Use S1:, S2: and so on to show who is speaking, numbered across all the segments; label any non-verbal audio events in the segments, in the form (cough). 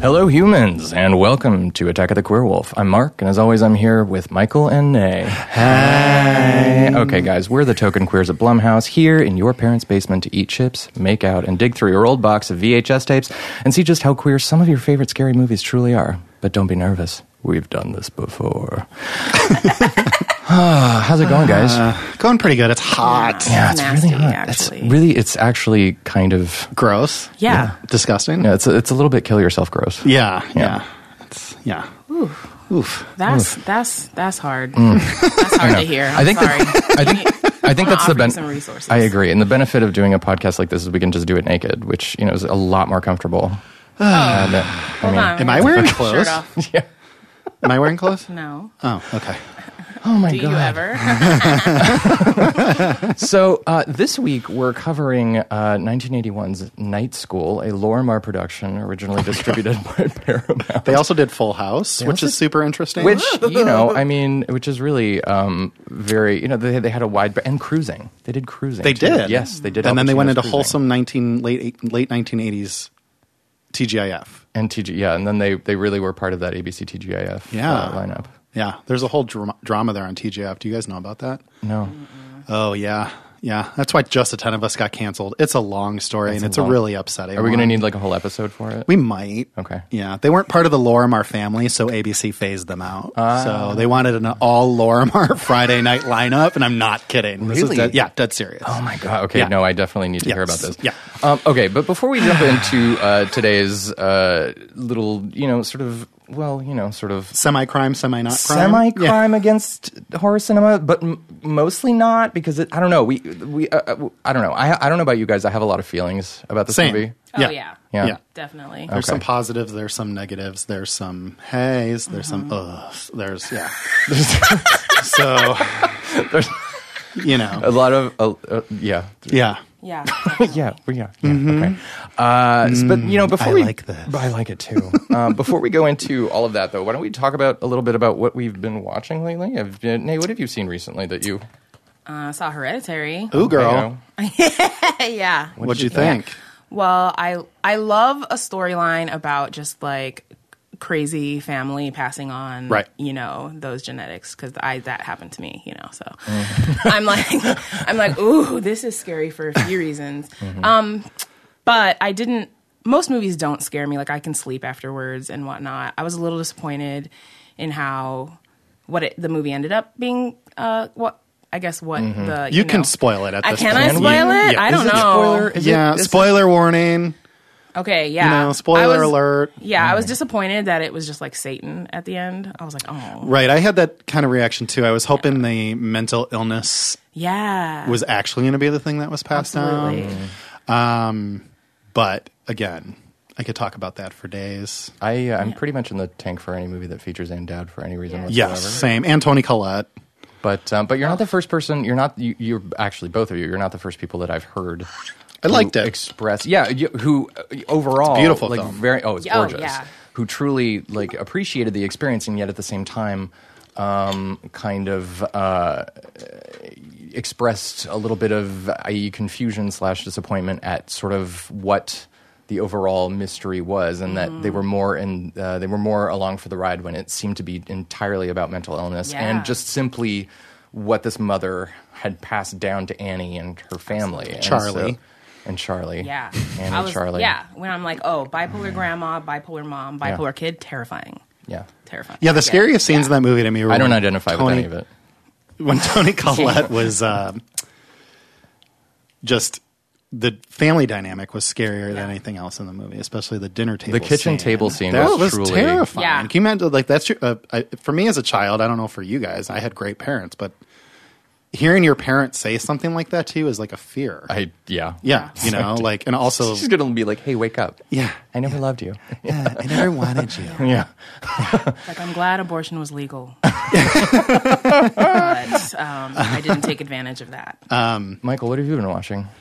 S1: Hello, humans, and welcome to Attack of the Queer Wolf. I'm Mark, and as always, I'm here with Michael and Nay. Hi. Okay, guys, we're the token queers at Blumhouse, here in your parents' basement to eat chips, make out, and dig through your old box of VHS tapes and see just how queer some of your favorite scary movies truly are. But don't be nervous. We've done this
S2: (laughs)
S1: before. (sighs) Ah, How's it going, guys?
S3: Going pretty good. It's hot.
S1: yeah, it's
S2: nasty,
S1: really hot. It's
S2: actually.
S1: really, it's actually kind of,
S3: Gross.
S2: Yeah.
S3: Disgusting.
S1: yeah, it's a, it's a little bit kill yourself gross.
S3: Yeah. Yeah.
S1: Yeah.
S3: It's, yeah.
S2: Oof.
S3: Oof.
S2: That's that's that's hard.
S1: Mm.
S2: That's hard to hear. I'm
S1: I think
S2: sorry.
S1: that- I think
S2: (laughs)
S1: I think that's the
S2: Offering
S1: ben-
S2: some resources.
S1: I agree, and the benefit of doing a podcast like this is we can just do it naked, which you know is a lot more
S2: (sighs)
S1: comfortable. Uh, that- I
S2: Hold
S1: mean-
S2: on.
S3: Am I wearing
S2: Take your
S3: clothes?
S2: Shirt off.
S1: (laughs)
S3: Am I wearing clothes?
S2: No.
S3: Oh, okay.
S1: Oh my
S2: Do
S1: god!
S2: you ever?
S1: So uh, this week we're covering uh, 1981's Night School, a Lorimar production
S2: Oh
S1: originally distributed by (laughs) Paramount.
S3: They also did Full House, which
S1: also
S3: is super interesting.
S1: Which
S2: (laughs)
S1: you
S3: (laughs)
S1: know, I mean, which is really um, very you know they they had a wide and cruising. They did cruising.
S3: they
S1: too.
S3: did.
S1: Yes, they did. Al
S3: And then they went
S1: Pacino's
S3: into
S1: Cruising.
S3: wholesome 19 late eight- late 1980s TGIF.
S1: and TG. Yeah, and then they they really were part of that ABC TGIF
S3: Yeah.
S1: uh, lineup.
S3: Yeah. There's a whole dra- drama there on TGIF. Do you guys know about that?
S1: No.
S3: Oh, yeah. Yeah. That's why Just the 10 of Us got canceled. It's a long story and
S1: a
S3: it's
S1: long-
S3: a really upsetting
S1: Are we going to
S3: one.
S1: need like a whole episode for it?
S3: We might.
S1: Okay.
S3: Yeah, they weren't part of the Lorimar family, so ABC phased them out. so they wanted an all Lorimar (laughs) Friday night lineup, and I'm not kidding. This
S1: Really?
S3: is dead, yeah, dead serious.
S1: oh my god. Okay,
S3: Yeah.
S1: no, I definitely need to hear about this.
S3: Yes. Yeah.
S1: Um, okay, but before we jump into uh, today's uh, little, you know, sort of, well, you know, sort of
S3: Semi crime, semi not crime.
S1: semi
S3: Yeah.
S1: crime against horror cinema, but m- mostly not because it, I don't know. We we uh, uh, w- I don't know. I I don't know about you guys. I have a lot of feelings about this
S3: Same.
S1: movie.
S2: Oh yeah.
S1: Yeah. Oh.
S3: Yeah.
S2: Definitely.
S3: There's some
S1: Okay.
S3: positives, there's some negatives, there's some hays, there's some
S2: Uh-huh.
S3: uhs, there's, yeah. so, you
S1: A
S3: know,
S1: lot of uh, uh, yeah.
S3: yeah.
S1: (laughs)
S2: Yeah. Uh,
S1: Yeah, well, yeah, yeah. Okay, uh, s- but you know, before
S3: Mm-hmm. Mm, I
S1: we
S3: like this.
S1: I like it
S3: (laughs)
S1: too. um, before we go into all of that, though, why don't we talk about a little bit about what we've been watching lately? Have you- Nay, what have you seen recently that you?
S2: I saw Hereditary.
S3: Ooh, girl.
S1: you know, Oh.
S2: (laughs) yeah.
S3: What'd you think?
S2: Well, I I love a storyline about just like crazy family passing on
S3: Right.
S2: you know those genetics because i that happened to me you know so (laughs) i'm like i'm like ooh this is scary for a few reasons
S3: Mm-hmm.
S2: um but i didn't most movies don't scare me like i can sleep afterwards and whatnot i was a little disappointed in how what it, the movie ended up being uh what i guess what the
S3: Mm-hmm. You, can
S2: know-
S3: spoil it at
S2: I-
S3: this
S2: can
S3: point.
S2: I spoil it?
S3: Yeah.
S2: I
S3: Is
S2: don't
S3: it
S2: know.
S3: spoiler?
S1: Is it-
S3: yeah,
S1: is it-
S3: spoiler warning.
S2: Okay, yeah.
S3: You know,
S2: I
S3: spoiler
S2: was-
S3: alert.
S2: Yeah, I was disappointed that it was just like Satan at the end. I was like, oh,
S3: Right. I had that kind of reaction too. I was hoping the mental illness
S2: yeah.
S3: was actually going to be the thing that was passed
S2: absolutely.
S3: down. But again, I could talk about that for days.
S1: I uh, I'm pretty much in the tank for any movie that features Anne Dowd for any reason
S2: Yeah.
S1: whatsoever.
S3: Yes. Same. And Tony Collette.
S1: But um, but you're not the first person. You're not you, you're actually both of you. You're not the first people that I've heard.
S3: I liked
S1: who
S3: it.
S1: Express yeah. You, who uh, overall
S3: beautiful
S1: like
S3: film.
S1: very oh it's
S2: Yeah, oh,
S1: gorgeous.
S2: yeah.
S1: Who truly like appreciated the experience and yet at the same time. Um, kind of uh, expressed a little bit of i.e. confusion slash disappointment at sort of what the overall mystery was, and that
S2: Mm-hmm.
S1: they were more in uh, they were more along for the ride when it seemed to be entirely about mental illness
S2: Yeah.
S1: and just simply what this mother had passed down to Annie and her family, and
S3: Charlie.
S1: so- and Charlie,
S2: Yeah.
S1: Annie,
S2: I was,
S1: Charlie,
S2: Yeah, when I'm like, oh, bipolar grandma, bipolar mom, bipolar kid, terrifying.
S1: yeah.
S2: Terrifying.
S3: Yeah. The
S2: Forget it.
S3: scariest scenes in that movie to me were
S1: I don't
S3: when
S1: identify with
S3: Tony-
S1: any of it. (laughs)
S3: When Tony Collette was um, just the family dynamic was scarier than anything else in the movie, especially the dinner table.
S1: The kitchen
S3: scene.
S1: table scene
S3: That
S1: was
S3: was
S1: truly-
S3: terrifying.
S2: Yeah.
S3: Can you imagine? Like that's your, uh, I, for me as a child. I don't know for you guys. I had great parents, but hearing your parents say something like that to you is like a fear.
S1: I yeah
S3: yeah, you
S1: (laughs)
S3: know, like and also,
S1: She's gonna be like, hey, wake up.
S3: Yeah.
S1: I never loved
S3: (laughs)
S1: you.
S3: yeah, I never wanted you.
S1: yeah.
S2: Like, I'm glad abortion was legal. but um, I didn't take advantage of that.
S3: Uh,
S1: Michael, what have you been watching?
S3: (laughs)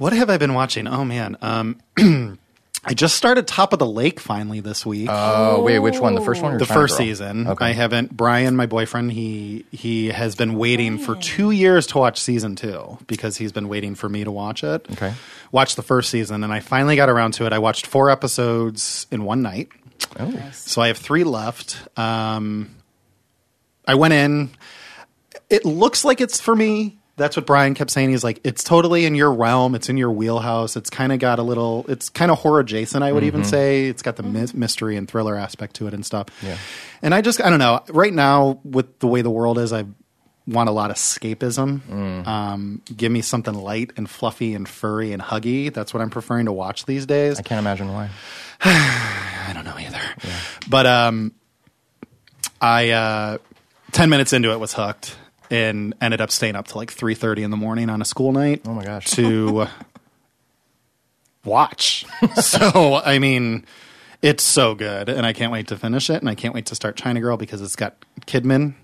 S3: What have I been watching? Oh man, um, (clears throat) I just started Top of the Lake finally this week.
S1: Oh wait, which one? The first one or
S3: the
S1: Final
S3: first
S1: Girl?
S3: season.
S1: Okay.
S3: I haven't. Brian, my boyfriend, he he has been waiting for two years to watch season two because he's been waiting for me to watch it.
S1: Okay.
S3: watch the first season, and I finally got around to it. I watched four episodes in one night.
S1: Oh.
S3: So I have three left. Um, I went in. It looks like it's for me. That's what Brian kept saying. He's like, it's totally in your realm. It's in your wheelhouse. It's kind of got a little. It's kind of horror adjacent. I would even
S1: Mm-hmm.
S3: say it's got the mys- mystery and thriller aspect to it and stuff.
S1: Yeah.
S3: And I just, I don't know. Right now, with the way the world is, I want a lot of escapism.
S1: Mm.
S3: Um, give me something light and fluffy and furry and huggy. That's what I'm preferring to watch these days.
S1: I can't imagine why.
S3: I don't know either. But um, I uh, ten minutes into it was hooked and ended up staying up till like three thirty in the morning on a school night. Oh
S1: my gosh.
S3: To (laughs)
S1: (laughs)
S3: watch. so I mean, it's so good, and I can't wait to finish it, and I can't wait to start China Girl because it's got Kidman.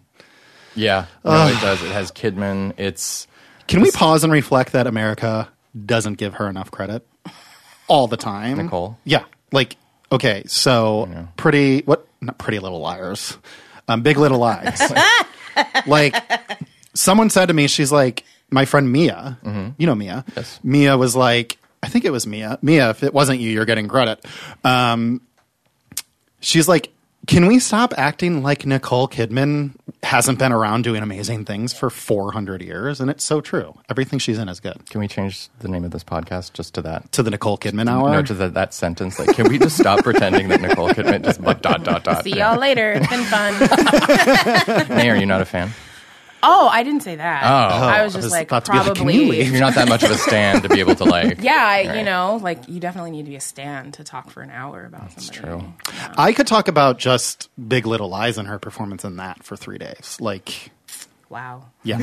S1: Yeah, no, it does. It has Kidman. It's
S3: Can we pause and reflect that America doesn't give her enough credit all the time?
S1: Nicole?
S3: Yeah. Like, okay, so pretty, what? Not pretty little liars. Um, big
S1: (laughs)
S3: little lies. like, someone said to me, she's like, my friend Mia, you know Mia.
S1: Mm-hmm. Yes.
S3: Mia was like, I think it was Mia. Mia, if it wasn't you, you're getting credit. Um, she's like, can we stop acting like Nicole Kidman hasn't been around doing amazing things for 400 years? And it's so true. Everything she's in is good.
S1: Can we change the name of this podcast just to that?
S3: To the Nicole Kidman hour.
S1: No, to the, that sentence. Like, can we just
S3: (laughs)
S1: stop pretending that Nicole Kidman just bu- dot dot dot?
S2: See y'all later. It's been
S3: (laughs)
S2: fun.
S1: May, are you not a
S2: (laughs)
S1: fan?
S2: oh, I didn't say that. I was
S3: I
S2: just
S3: was
S2: like
S3: about to be like,
S2: probably.
S3: can you leave?
S1: You're not that much of a stan to be able to like.
S2: yeah, I, you
S1: Right.
S2: know, like you definitely need to be a stand to talk for an hour about something.
S1: true.
S3: I could talk about just Big Little Lies and her performance in that for three days. Like,
S2: Wow.
S1: (laughs)
S3: yeah.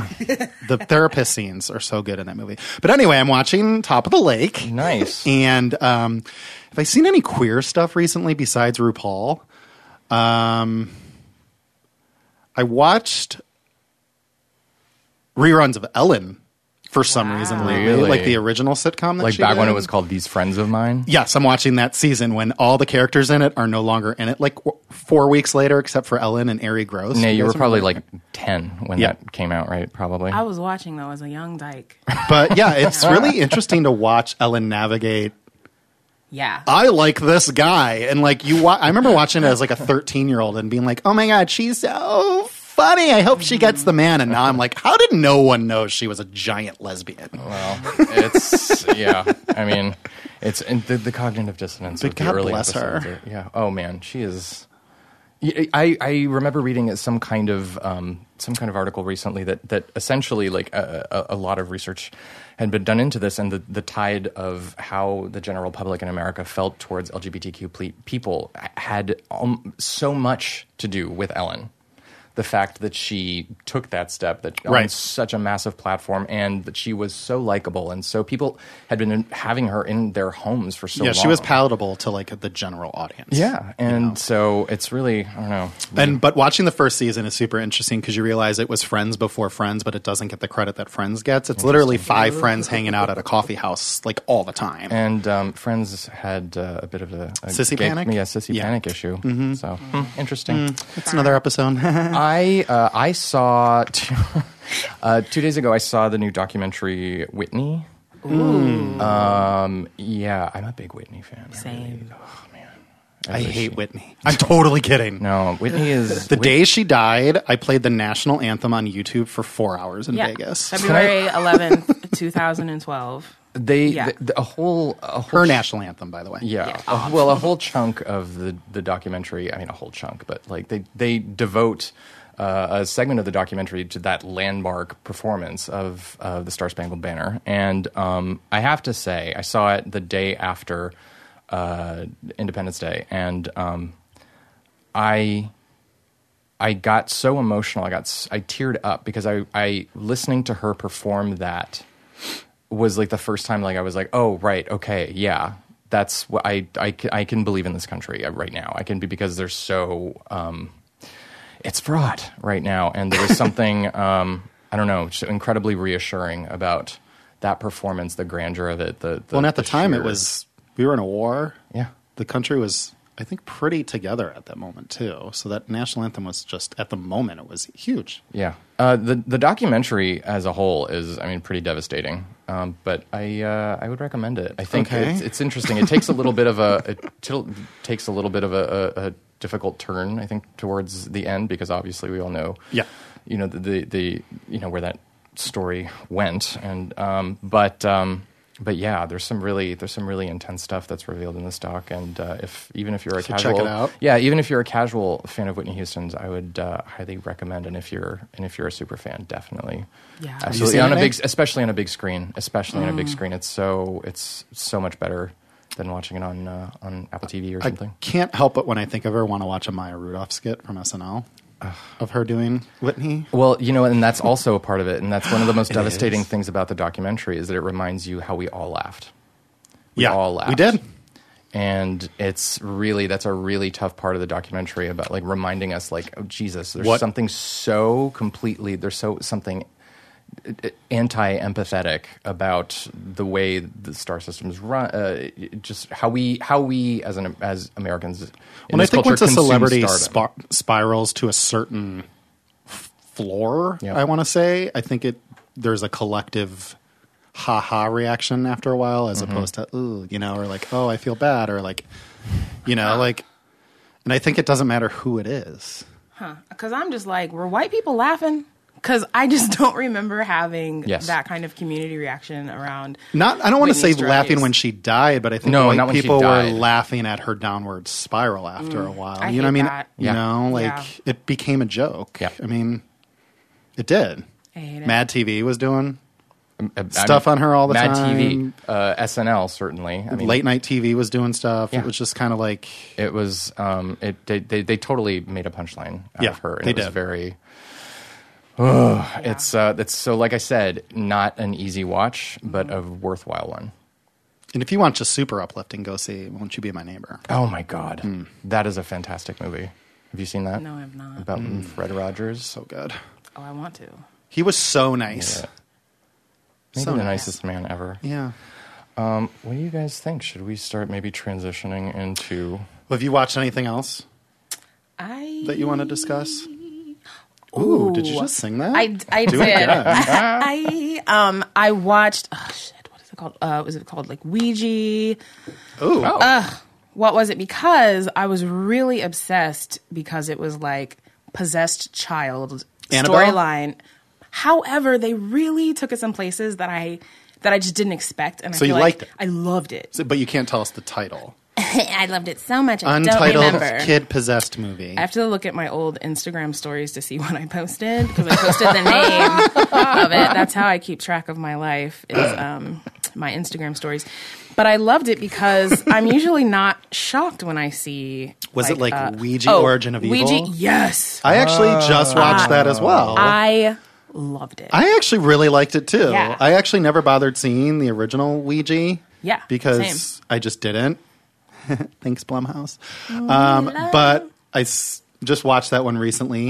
S3: the therapist scenes are so good in that movie. But anyway, I'm watching Top of the Lake.
S1: Nice.
S3: And um, have I seen any queer stuff recently besides RuPaul? Um, I watched reruns of Ellen for some
S2: Wow.
S3: reason lately,
S1: Really?
S3: like the original sitcom. That
S1: Like
S3: she
S1: back when it
S3: did.
S1: was called These Friends of Mine.
S3: um, Yes, I'm watching that season when all the characters in it are no longer in it. Like w- four weeks later, except for Ellen and Ari Gross.
S1: Yeah, you
S3: guys
S1: were probably
S3: remember?
S1: like ten when
S3: Yeah.
S1: that came out, right? Probably.
S2: I was watching though as a
S3: (laughs)
S2: young dyke.
S3: But
S1: (laughs)
S3: yeah, it's really interesting to watch Ellen navigate
S2: Yeah.
S3: I like this guy. And like you, wa- I remember watching it as like a 13 year old and being like, oh my God, she's so funny. I hope she gets the man. And now I'm like, how did no one know she was a giant lesbian?
S1: Well,
S3: (laughs)
S1: it's yeah. I mean, it's and the, the cognitive dissonance.
S3: But
S1: with the
S3: God
S1: early
S3: bless
S1: episodes
S3: her.
S1: are- yeah. Oh man, she is. Y- I, I remember reading some kind of um, some kind of article recently that that essentially like a, a, a lot of research had been done into this and the, the tide of how the general public in America felt towards LGBTQ ple- people had um, so much to do with Ellen. The fact that she took that step, that Ellen
S3: Right.
S1: such a massive platform and that she was so likable and so people had been in- having her in their homes for so
S3: yeah,
S1: long.
S3: she was palatable to like the general audience.
S1: Yeah, and so it's really I don't know.
S3: And but watching the first season is super interesting because you realize it was Friends before Friends, but it doesn't get the credit that Friends gets. It's literally five friends hanging out at a coffee house like all the time.
S1: And um, Friends had uh, a bit of a, a
S3: Sissy panic?
S1: yeah, sissy
S3: Yeah. Mm-hmm.
S1: panic issue. So hmm, interesting.
S3: It's another episode. (laughs)
S1: I uh, I saw two, (laughs) uh, two days ago. I saw the new documentary Whitney. Um, yeah, I'm a big Whitney fan. I really-
S2: Same.
S1: oh man,
S3: I
S1: really-
S3: hate Whitney. I'm totally kidding.
S1: No, Whitney is
S3: (laughs) The day she died, I played the national anthem on YouTube for four hours in
S2: yeah.
S3: Vegas. (laughs)
S2: February 11th, 2012.
S1: they
S2: Yeah.
S1: th- th- a whole a whole
S3: Her national anthem, by the way.
S1: Yeah.
S2: Yeah.
S1: A- well, a whole chunk of the, the documentary, I mean, a whole chunk, but like they, they devote uh, a segment of the documentary to that landmark performance of uh, the Star Spangled Banner. And um, I have to say, I saw it the day after uh, Independence Day, and um, I. I got so emotional. I got s- I teared up because I I listening to her perform that was like the first time like I was like, oh right, okay, yeah, that's what I I c- I can believe in this country uh, right now. I can be because they're so um, it's fraud right now, and there was (laughs) something um, I don't know, just incredibly reassuring about that performance, the grandeur of it. The, the
S3: Well, and at the time, it
S1: sheer-
S3: was we were in a war.
S1: Yeah.
S3: the country was I think pretty together at that moment too. So that national anthem was just at the moment it was huge.
S1: Yeah. Uh, the the documentary as a whole is, I mean, pretty devastating. Um, but I uh, I would recommend it. I think
S3: Okay.
S1: it's, it's interesting. It takes a little bit of a it til- takes a little bit of a, a, a difficult turn. I think towards the end because obviously we all know.
S3: Yeah.
S1: You know the the, the you know where that story went and um, but. Um, but yeah, there's some really there's some really intense stuff that's revealed in this doc, and uh, if even if you're a
S3: So check
S1: casual,
S3: it out.
S1: yeah, even if you're a casual fan of Whitney Houston's, I would uh, highly recommend. And if you're and if you're a super fan, definitely.
S2: Yeah. Have
S3: you
S1: absolutely.
S3: seen
S1: On
S3: it, Mm.
S1: a big,
S3: Nick?
S1: especially on a big screen, especially on a big screen, it's so it's so much better than watching it on uh, on Apple TV or
S3: I
S1: something.
S3: can't help but when I think of her, want to watch a Maya Rudolph skit from SNL of her doing Whitney.
S1: Well, you know, and that's also a part of it, and that's one of the
S3: (laughs)
S1: most devastating
S3: is.
S1: things about the documentary is that it reminds you how we all laughed.
S3: We yeah,
S1: all
S3: we
S1: laughed.
S3: did.
S1: and it's really that's a really tough part of the documentary about like reminding us like oh jesus there's
S3: What-
S1: something so completely there's so something uh, anti-empathetic about the way the star systems run uh, it- it just how we how we as an as americans in
S3: When I
S1: this
S3: think
S1: culture
S3: once a
S1: consume
S3: celebrity
S1: stardom.
S3: spir- spirals to a certain f- floor,
S1: Yeah.
S3: I want to say, I think it there's a collective ha ha reaction after a while,
S1: Mm-hmm.
S3: as opposed to ooh, you know, or like oh, I feel bad, or like you know, like. And I think it doesn't matter who it is.
S2: Because I'm just like, were white people laughing? Because I just (laughs) don't remember having
S1: Yes.
S2: that kind of community reaction around.
S3: Not, I don't want to say
S2: Whitney's
S3: laughing
S2: drives.
S3: when she died, but I think
S1: No,
S3: white
S1: not when she
S3: people were
S1: died.
S3: laughing at her downward spiral after a while.
S2: Mm, I
S3: you know what I
S2: hate
S3: mean?
S2: that.
S3: You
S1: Yeah.
S3: know, like
S2: Yeah.
S3: it became a joke.
S1: Yeah.
S3: I mean, it did.
S2: I hate it.
S3: Mad TV was doing
S1: I'm-
S3: stuff on her all the
S1: Mad
S3: time.
S1: tv uh, snl certainly i mean
S3: late night TV was doing stuff.
S1: Yeah.
S3: It was just kind of like
S1: it was um it they they, they totally made a punchline out
S3: Yeah,
S1: of her and
S3: they
S1: it was
S3: did.
S1: very It's uh, it's so like I said, not an easy watch, but a worthwhile one.
S3: and if you want just super uplifting, go see Won't You Be My Neighbor.
S1: Oh my god, that is a fantastic movie. Have you seen that?
S2: No, I have not.
S1: About
S3: Hmm.
S1: Fred Rogers.
S3: So good.
S2: Oh, I want to.
S3: He was so nice.
S1: Yeah. Maybe
S3: So
S1: the
S3: nice.
S1: nicest man ever.
S3: yeah.
S1: What do you guys think? Should we start maybe transitioning into?
S3: Well, have you watched anything else
S2: I
S3: that you want to discuss? Ooh, did you
S2: Ooh.
S3: just sing that?
S2: I, I
S3: Do it
S2: did.
S3: again.
S2: (laughs) I um I watched. Oh shit! What is it called? Uh, was it called like Ouija?
S3: Ooh.
S1: Oh,
S2: What was it? Because I was really obsessed because it was like possessed child
S3: Annabelle?
S2: storyline. However, they really took it some places that I that I just didn't expect, and I
S3: So you
S2: feel like
S3: liked it?
S2: I loved it.
S3: So- but you can't tell us the title.
S2: (laughs) I loved it so much. I don't
S3: Untitled
S2: remember.
S3: kid possessed movie.
S2: I have to look at my old Instagram stories to see (laughs) what I posted because I posted the name of it. That's how I keep track of my life is um, my Instagram stories. But I loved
S3: (laughs)
S2: it because I'm usually not shocked when I see. uh, oh,
S3: Was it like Ouija Origin of
S2: Ouija,
S3: Evil? Oh.
S2: Yes,
S3: I actually just watched that as well. I,
S2: I loved it.
S3: actually really liked it too.
S2: Yeah.
S3: I actually never bothered seeing the original Ouija.
S2: Yeah,
S3: Because
S2: same.
S3: I just didn't. (laughs) Thanks, Blumhouse.
S2: Mm,
S3: Um, but I s- just watched that one recently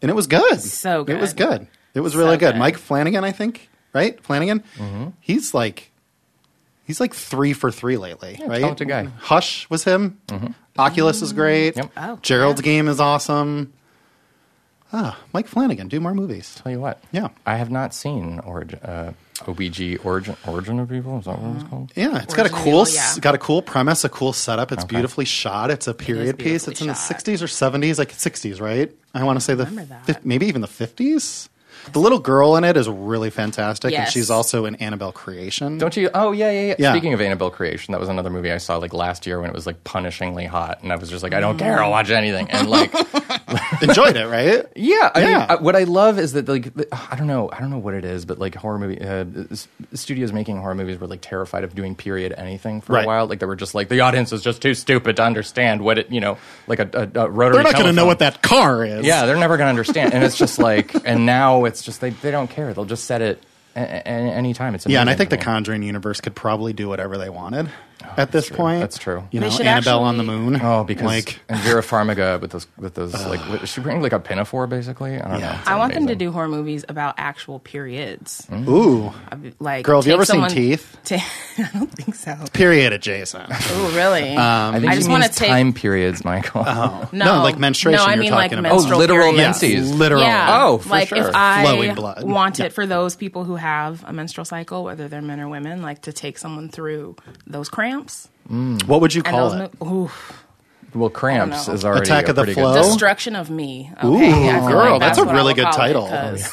S3: and it was good.
S2: So
S3: It was
S2: good.
S3: good. It was really good.
S2: good.
S3: Mike Flanagan, I think, right? Flanagan?
S1: Mm-hmm.
S3: He's like. He's like three for three lately, right?
S1: talented guy. Mm-hmm.
S3: Hush was him. Oculus is great.
S1: Yep.
S2: Oh,
S3: Gerald's Game is awesome. Ah, Mike Flanagan, do more movies.
S1: tell you what.
S3: Yeah.
S1: I have not seen Origin. Uh, OBG Origin Origin of Evil. Is that what it's called?
S3: Yeah, it's got a
S2: Origin of
S3: cool,
S2: Evil,
S3: s-
S2: yeah.
S3: got a cool premise, a cool setup. It's beautifully shot. It's a period piece.
S2: beautifully
S3: It's in the
S2: shot.
S3: '60s or '70s, like '60s, right? I want to say the
S2: remember that.
S3: fif- maybe even the '50s. The little girl in it is really fantastic, and
S2: Yes.
S3: she's also in Annabelle Creation.
S1: Don't (laughs) you? Oh yeah, yeah, yeah,
S3: Yeah.
S1: Speaking of Annabelle creation, that was another movie I saw like last year when it was like punishingly hot, and I was just like, I don't care, I'll watch anything. And
S3: (laughs)
S1: like,
S3: Enjoyed it, right?
S1: yeah, I
S3: Yeah.
S1: mean, I, what I love is that like the- I don't know, I don't know what it is, but like horror movie uh, s- studios making horror movies were like terrified of doing period anything for
S3: Right.
S1: a while. Like they were just like the audience is just too stupid to understand what it, you know, like a, a, a rotary.
S3: They're not going to know
S1: telephone.
S3: what that car is.
S1: Yeah, they're never going to understand, and it's just like, and now it's just they they don't care. They'll just set it a- a- any time. It's
S3: yeah, and I
S1: amazing
S3: think
S1: to
S3: the
S1: me.
S3: Conjuring universe could probably do whatever they wanted. at this
S1: true.
S3: point.
S1: Oh, That's true.
S3: You
S2: They
S3: know,
S2: should
S3: Annabelle on the
S2: actually-
S3: Moon.
S1: Oh, because
S3: like
S1: and Vera Farmiga with those with those like what, is she wearing like a pinafore basically? I don't
S3: Yeah.
S1: know. It's
S2: I want them to
S1: amazing.
S2: do horror movies about actual periods.
S3: ooh,
S2: I'd be- Like,
S3: Hmm. Girl, have you
S2: take
S3: ever seen
S2: someone-
S3: Teeth?
S2: ta- (laughs) I don't think so.
S1: (laughs)
S3: period adjacent.
S2: Oh, really?
S3: Um,
S1: I think
S2: I
S1: she means
S2: just wanna take-
S1: time periods, Michael.
S3: Oh.
S1: (laughs)
S2: no,
S3: No, like menstruation
S2: No, I
S3: you're
S2: mean like
S3: talking about. Oh,
S2: menstrual
S1: literal
S2: periods.
S1: menses. Yes.
S3: Literal.
S2: Yeah.
S1: Oh, for
S2: like
S1: sure.
S2: if I
S3: Flowing blood.
S2: want
S3: Yeah.
S2: it for those people who have a menstrual cycle, whether they're men or women, like to take someone through those cramps
S1: Oh.
S3: What would you
S2: and
S3: call
S2: those
S3: it?
S2: mo- oof,
S1: well, cramps
S2: know.
S1: is already
S3: Attack
S1: a
S3: of the
S1: pretty good
S3: Flow?
S1: title.
S3: Destruct-
S2: destruction of me. Okay,
S3: Ooh,
S2: I feel
S3: girl,
S2: like
S3: that's a
S2: what I
S3: really
S2: will
S3: good
S2: call it,
S3: title. Oh,
S2: 'cause-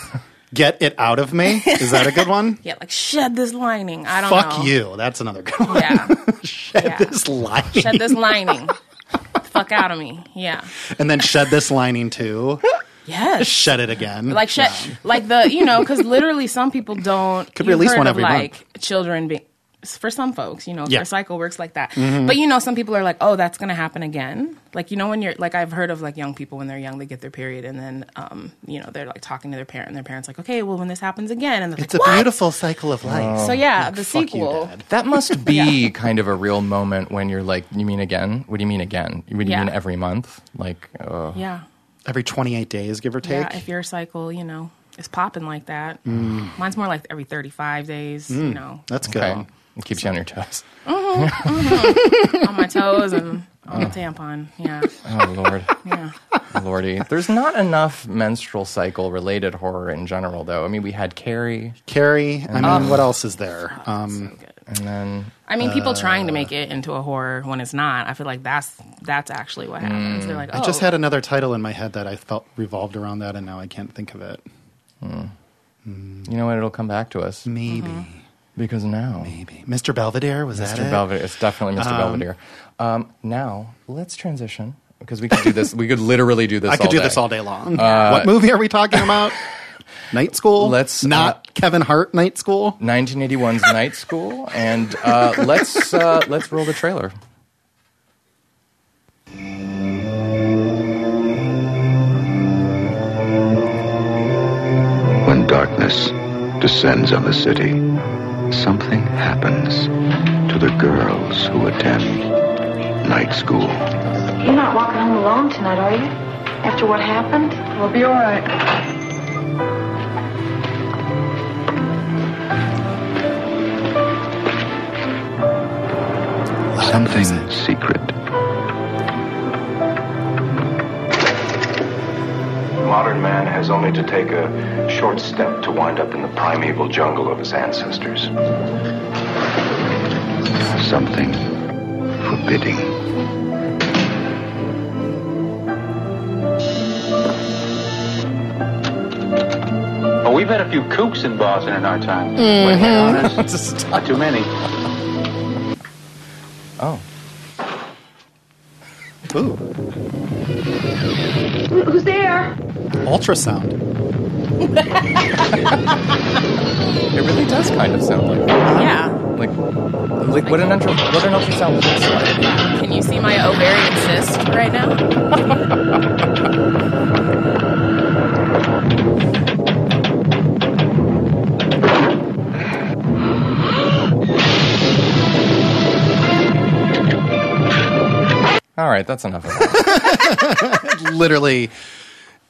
S3: Get it out of me. Is that a good one?
S2: (laughs) Yeah, like shed this lining. I don't
S3: Fuck
S2: know.
S3: you. That's another good one.
S2: Yeah,
S3: (laughs) shed
S2: Yeah.
S3: this lining,
S2: shed
S3: (laughs)
S2: this lining. Fuck out of me. Yeah.
S3: and then shed this lining too.
S2: Yes.
S3: Shed it again. (laughs)
S2: like shit, like the you know because literally some people don't
S3: Could be
S2: you've
S3: at least
S2: heard
S3: one
S2: of,
S3: every
S2: like
S3: month.
S2: children being for some folks you know
S3: Yeah. Mm-hmm.
S2: their cycle works like that but you know some people are like oh that's gonna happen again like you know when you're like i've heard of like young people when they're young they get their period and then um you know they're like talking to their parent and their parents like okay well when this happens again and they're
S3: it's a
S2: like, what?
S3: beautiful cycle of life.
S2: so yeah the
S3: Fuck you,
S2: sequel
S3: Dad.
S1: That
S2: (laughs)
S1: must be kind of a real moment when you're like, you mean again? What do you mean again? What do you
S2: Yeah.
S1: mean every month? Like, uh,
S2: yeah
S3: Every 28 days, give or take.
S2: yeah if your cycle you know is popping like that mine's more like every 35 days you know
S3: Mm. That's good.
S1: okay. It keeps you on your toes.
S2: on my toes and
S3: (laughs)
S2: on the tampon yeah
S1: Oh,
S2: (laughs)
S1: Lord. Oh,
S2: yeah
S1: Lordy. There's not enough menstrual cycle related horror in general, though. I mean, we had Carrie,
S3: Carrie, I mean, what else is there? Um,
S2: so good.
S1: and then
S2: I mean, people trying to make it into a horror when it's not. I feel like that's that's actually what happens. They're like, oh,
S3: I just had another title in my head that I felt revolved around that, and now I can't think of it.
S1: you know what? It'll come back to us
S3: Maybe,
S2: Mm-hmm.
S1: because now,
S3: maybe Mr. Belvedere was that
S1: Mr.
S3: it?
S1: Belvedere. It's definitely Mr. Belvedere. Um, now let's transition because we could do this. we could literally do this. Uh,
S3: I could do this all day long. what movie are we talking
S1: (laughs)
S3: about? Night School.
S1: Let's,
S3: not
S1: uh, Mm.
S3: Kevin Hart Night School.
S1: 1981's (laughs) Night School, and uh, let's uh, let's roll the trailer.
S4: When darkness descends on the city, something happens to the girls who attend night school.
S5: You're not walking home alone tonight, are you? After what happened? We'll be all right.
S4: Something secret.
S6: Modern man has only to take a short step to wind up in the primeval jungle of his ancestors.
S4: Something forbidding.
S7: Well, we've had a few kooks in Boston in our time. Not too many.
S1: Oh,
S3: Ooh,
S5: Who's there?
S3: ultrasound.
S1: it really does kind of sound like that.
S2: "Oh, yeah.
S1: like like what an intro, what an ultrasound looks like.
S2: Can you see my ovarian cyst right now?
S1: All right, that's enough of that.
S3: Literally,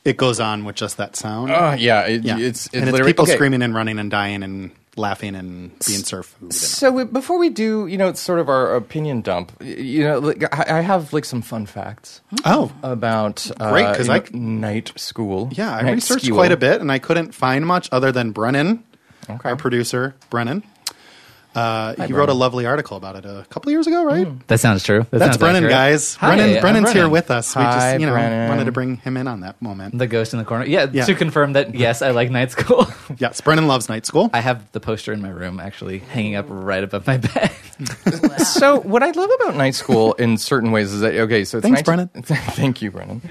S3: it goes on with just that sound.
S1: Uh, yeah, it,
S3: yeah,
S1: it's it's
S3: and it's
S1: literally
S3: people
S1: okay.
S3: screaming and running and dying and laughing and being served food. and-
S1: So we- before we do, you know, it's sort of our opinion dump. y- You know, like, I I have like some fun facts
S3: Oh,
S1: about uh,
S3: Great, 'cause
S1: you
S3: I
S1: know, night school.
S3: Yeah, I
S1: night
S3: researched
S1: school.
S3: quite a bit, and I couldn't find much other than Brennan,
S1: Okay.
S3: our producer, Brennan. Uh, he wrote a lovely article about it a couple of years ago, right?
S8: That sounds true. That
S3: That's
S8: sounds
S3: Brennan,
S8: accurate.
S3: guys.
S8: Hi,
S3: Brennan,
S8: I'm
S3: Brennan's here
S8: Brennan.
S3: with us. We
S1: Hi,
S3: just, you know,
S1: Brennan.
S3: wanted to bring him in on that moment.
S8: The ghost in the corner. Yeah,
S3: Yeah.
S8: to confirm that yes, I like
S3: (laughs)
S8: night school.
S3: Yes, Brennan loves night school.
S8: I have the poster in my room actually hanging up right above my (laughs) bed.
S1: So what I love about night school in certain ways is that okay, so it's
S3: Thanks,
S1: 19 (laughs) thank you, Brennan.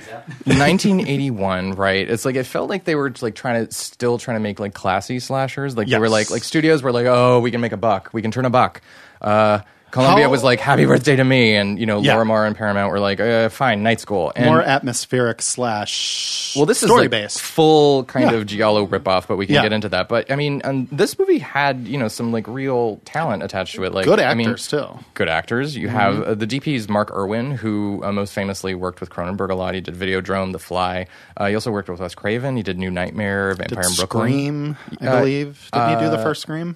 S1: 1981, right? It's like it felt like they were like trying to still trying to make like classy slashers. Like they were
S3: Yes.
S1: like like studios were like, oh, we can make a buck, we can turn a buck. Uh, Columbia
S3: How-
S1: was like "Happy Birthday to Me," and you know
S3: Yeah.
S1: Lorimar and Paramount were like uh, "Fine, Night School." And
S3: More atmospheric slash
S1: well, this is
S3: story
S1: like
S3: based.
S1: full kind
S3: Yeah.
S1: of Giallo ripoff, but we can
S3: Yeah.
S1: get into that. But I mean, um, this movie had you know some like real talent attached to it, like
S3: Good
S1: I
S3: actors
S1: mean,
S3: too. Mm-hmm.
S1: good actors. You have uh, the DP's Mark Irwin, who uh, most famously worked with Cronenberg a lot. He did Videodrome, The Fly. Uh, he also worked with Wes Craven. He did New Nightmare, Vampire
S3: Did
S1: in Brooklyn.
S3: Scream, I
S1: Uh,
S3: believe. Didn't he do the first Scream?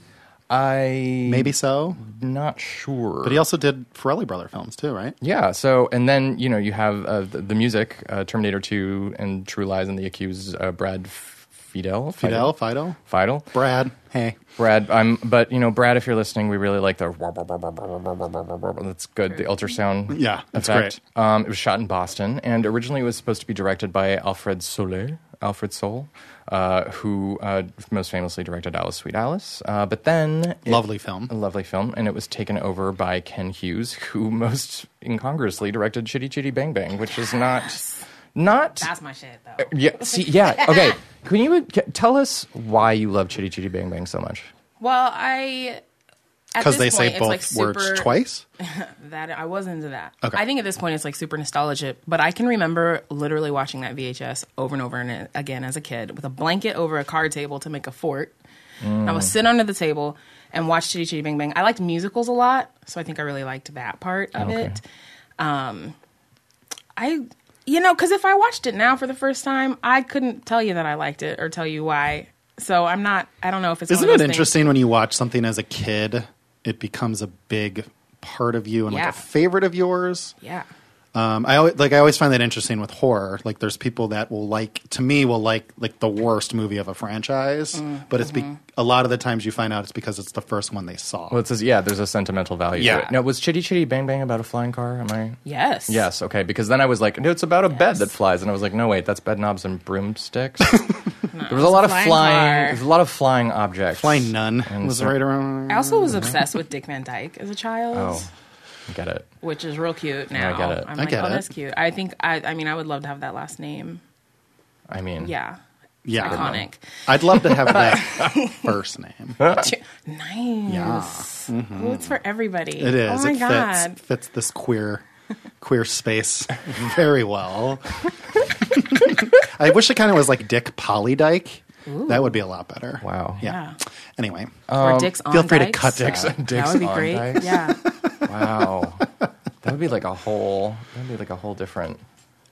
S1: I
S3: Maybe so.
S1: not sure,
S3: But he also did Farrelly Brother films too, right?
S1: Yeah. So, and then you know you have uh, the, the music, uh, Terminator Two, and True Lies, and The Accused, uh, Brad F- Fidel,
S3: Fidel, Fido,
S1: Fidel,
S3: Brad. Hey,
S1: Brad. I'm, but you know, Brad, if you're listening, we really like the. wah, wah, wah, wah, wah, wah, wah, wah, wah, wah, wah. That's good. The ultrasound.
S3: Yeah, it's
S1: effect. Um, it was shot in Boston, and originally it was supposed to be directed by Alfred Sole. Alfred Sole, uh, who uh, most famously directed Alice, Sweet Alice, uh, but then it-
S3: lovely film.
S1: a lovely film, and it was taken over by Ken Hughes, (laughs) who most incongruously directed Chitty Chitty Bang Bang, which is not not
S2: That's my shit, though.
S1: yeah. See, yeah, okay. Can you uh, tell us why you love Chitty Chitty Bang Bang so much?
S2: Well, I at
S3: Because
S2: this
S3: they say
S2: point, it's,
S3: both
S2: like,
S3: words
S2: super-
S3: twice.
S2: That I was into that.
S3: Okay.
S2: I think at this point it's like super nostalgic, but I can remember literally watching that VHS over and over and again as a kid with a blanket over a card table to make a fort. I
S3: Mm.
S2: would sit under the table and watch Chitty Chitty Bang Bang. I liked musicals a lot, so I think I really liked that part of it. Um, I, you know, because if I watched it now for the first time, I couldn't tell you that I liked it or tell you why. So I'm not. I don't know if it's. one of
S3: Isn't it
S2: those things-
S3: interesting when you watch something as a kid, it becomes a big part of you and
S2: Yeah.
S3: like a favorite of yours?
S2: Yeah.
S3: Um, I always, like I always find that interesting with horror. Like there's people that will like to me will like like the worst movie of a franchise,
S2: Mm,
S3: but it's
S2: mm-hmm.
S3: be- a lot of the times you find out it's because it's the first one they saw.
S1: Well, it says yeah, there's a sentimental value
S3: Yeah.
S1: to it. Now, was Chitty Chitty Bang Bang about a flying car? Am I?
S2: Yes.
S1: Yes, okay, because then I was like, no, it's about a bed that flies. And I was like, no, wait, that's bed knobs and
S2: (laughs)
S1: broomsticks. there was a lot of
S2: flying
S1: flying,
S2: car.
S1: there was a lot of flying objects.
S3: Fly Nun
S1: And
S3: was
S1: so-
S3: right around.
S2: I also was obsessed with Dick Van Dyke as a child,
S1: Oh, I get it.
S2: which is real cute now.
S1: I get it.
S2: am
S1: I
S2: like,
S3: get
S2: oh,
S3: it.
S2: that's cute. I think I, I mean, I would love to have that last name.
S1: I mean,
S2: Yeah,
S3: Yeah,
S2: iconic.
S3: I'd love to have
S2: (laughs)
S3: that first name.
S2: Nice. Well, it's for everybody.
S3: It is.
S2: Oh my
S3: it
S2: god.
S3: fits fits this queer queer
S2: (laughs)
S3: space very well. I wish it kind of was like Dick Polydyke. That would be a lot better.
S1: Wow.
S3: Yeah. Anyway,
S2: or dicks on
S3: feel free to
S2: dykes.
S3: cut Dick's.
S2: That would be great.
S1: Dykes.
S3: (laughs)
S2: Yeah.
S1: (laughs)
S2: (laughs)
S1: Wow. that would be like a whole, that would be like a whole different.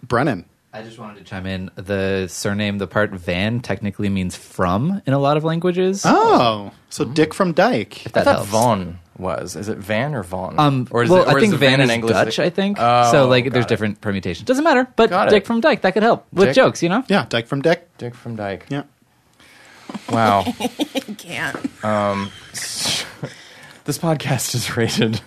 S3: Brennan.
S8: I just wanted to chime in. The surname, the part Van, technically means from in a lot of languages.
S3: Oh, so Dick from Dyke.
S8: If that
S1: I thought
S8: helps.
S1: Vaughn was. Is it Van or Vaughn?
S8: Um,
S1: or is
S8: well,
S1: it, or
S8: I think
S1: is
S8: Van
S1: Van
S8: is
S1: in English?
S8: Dutch. I think
S1: Oh,
S8: so. Like,
S1: got
S8: there's
S1: it.
S8: different permutations. Doesn't matter. But
S1: Got it.
S8: Dick from Dyke that could help with
S1: Dick-
S8: jokes. You know.
S3: Yeah, Dyke from Dick.
S1: Dick from Dyke.
S3: Yeah.
S1: Wow.
S2: Can't.
S1: this podcast is (laughs) rated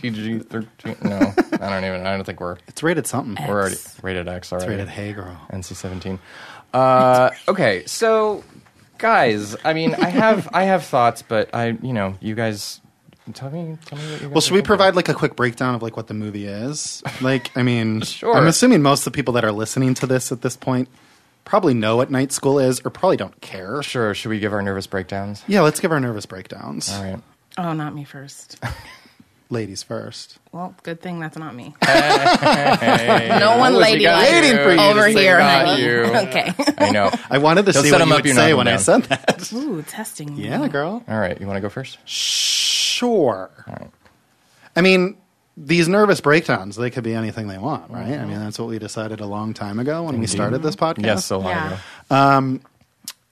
S1: PG 13. No, I don't even, I don't think we're,
S3: It's rated something.
S1: we're already rated X already.
S3: rated Hey Girl.
S1: NC seventeen. Uh, okay, so guys, I mean, I have I have thoughts, but I you know you guys tell me tell me what you. Guys
S3: Well, should we
S1: are thinking.
S3: provide like a quick breakdown of like what the
S1: (laughs)
S3: movie is? Like, I mean,
S1: Sure.
S3: I'm assuming most of the people that are listening to this at this point probably know what Night School is or probably don't care.
S1: Sure, should we give our nervous breakdowns?
S3: Yeah, let's give our nervous breakdowns.
S1: All right.
S2: Oh, not me first.
S3: Ladies first.
S2: Well, good thing that's
S3: (laughs)
S2: not me. (laughs) no one
S1: was he
S2: lady
S1: got
S2: like
S1: waiting for you to
S2: over
S1: say
S2: here,
S1: got
S2: honey.
S1: you.
S2: (laughs) Okay.
S1: (laughs) I know.
S3: I wanted to
S1: Don't
S3: see
S1: set
S3: what
S1: him
S3: you
S1: up,
S3: would
S1: you knock
S3: say
S1: him
S3: when I
S1: down.
S3: said
S1: (laughs)
S3: that.
S2: Ooh, testing. me.
S3: yeah, girl.
S1: All right, you want to go first?
S3: Sure. I mean, these nervous breakdowns, they could be anything they want, right? I mean, that's what we decided a long time ago when we started this podcast.
S1: Mm-hmm. Yes, so long
S2: Yeah.
S1: ago.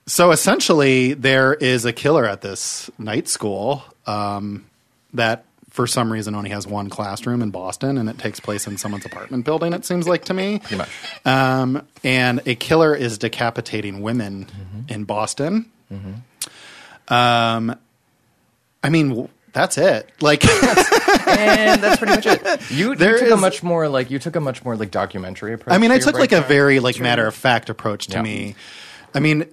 S3: So essentially, there is a killer at this night school um, that, for some reason, only has one classroom in Boston, and it takes place in someone's apartment building. It seems like to me.
S1: Pretty much.
S3: Um, and a killer is decapitating women
S1: Mm-hmm.
S3: in Boston. Um, I mean, w- that's it. Like, (laughs)
S1: and that's pretty much it. You, you
S3: There
S1: took a
S3: is-
S1: much more like you took a much more like documentary approach.
S3: I mean,
S1: to
S3: I
S1: your
S3: took like a
S1: breakdown.
S3: very like matter of fact approach to
S1: Yeah.
S3: me. I mean,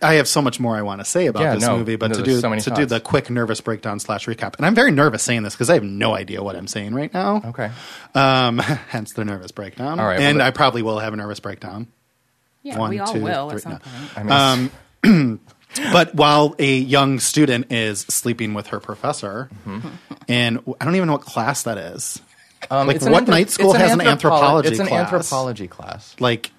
S3: I have so much more I want to say about
S1: Yeah,
S3: this
S1: no,
S3: movie, but
S1: no,
S3: to
S1: there's
S3: do
S1: so many
S3: to do
S1: thoughts.
S3: the quick nervous breakdown slash recap, and I'm very nervous saying this because I have no idea what I'm saying right now.
S1: okay.
S3: um, (laughs) hence the nervous breakdown.
S1: All right, well,
S3: and
S1: the-
S3: I probably will have a nervous breakdown.
S2: Yeah,
S3: One,
S2: we all
S3: two,
S2: will
S3: three,
S2: at some
S3: no.
S2: point.
S1: I mean,
S3: (clears throat) But while a young student is sleeping with her professor, and I don't even know what class that is.
S1: Mm-hmm. Um,
S3: Like,
S1: it's an
S3: what night
S1: it's
S3: school has an
S1: anthropo-
S3: anthropology
S1: It's an
S3: class?
S1: anthropology class.
S3: Like,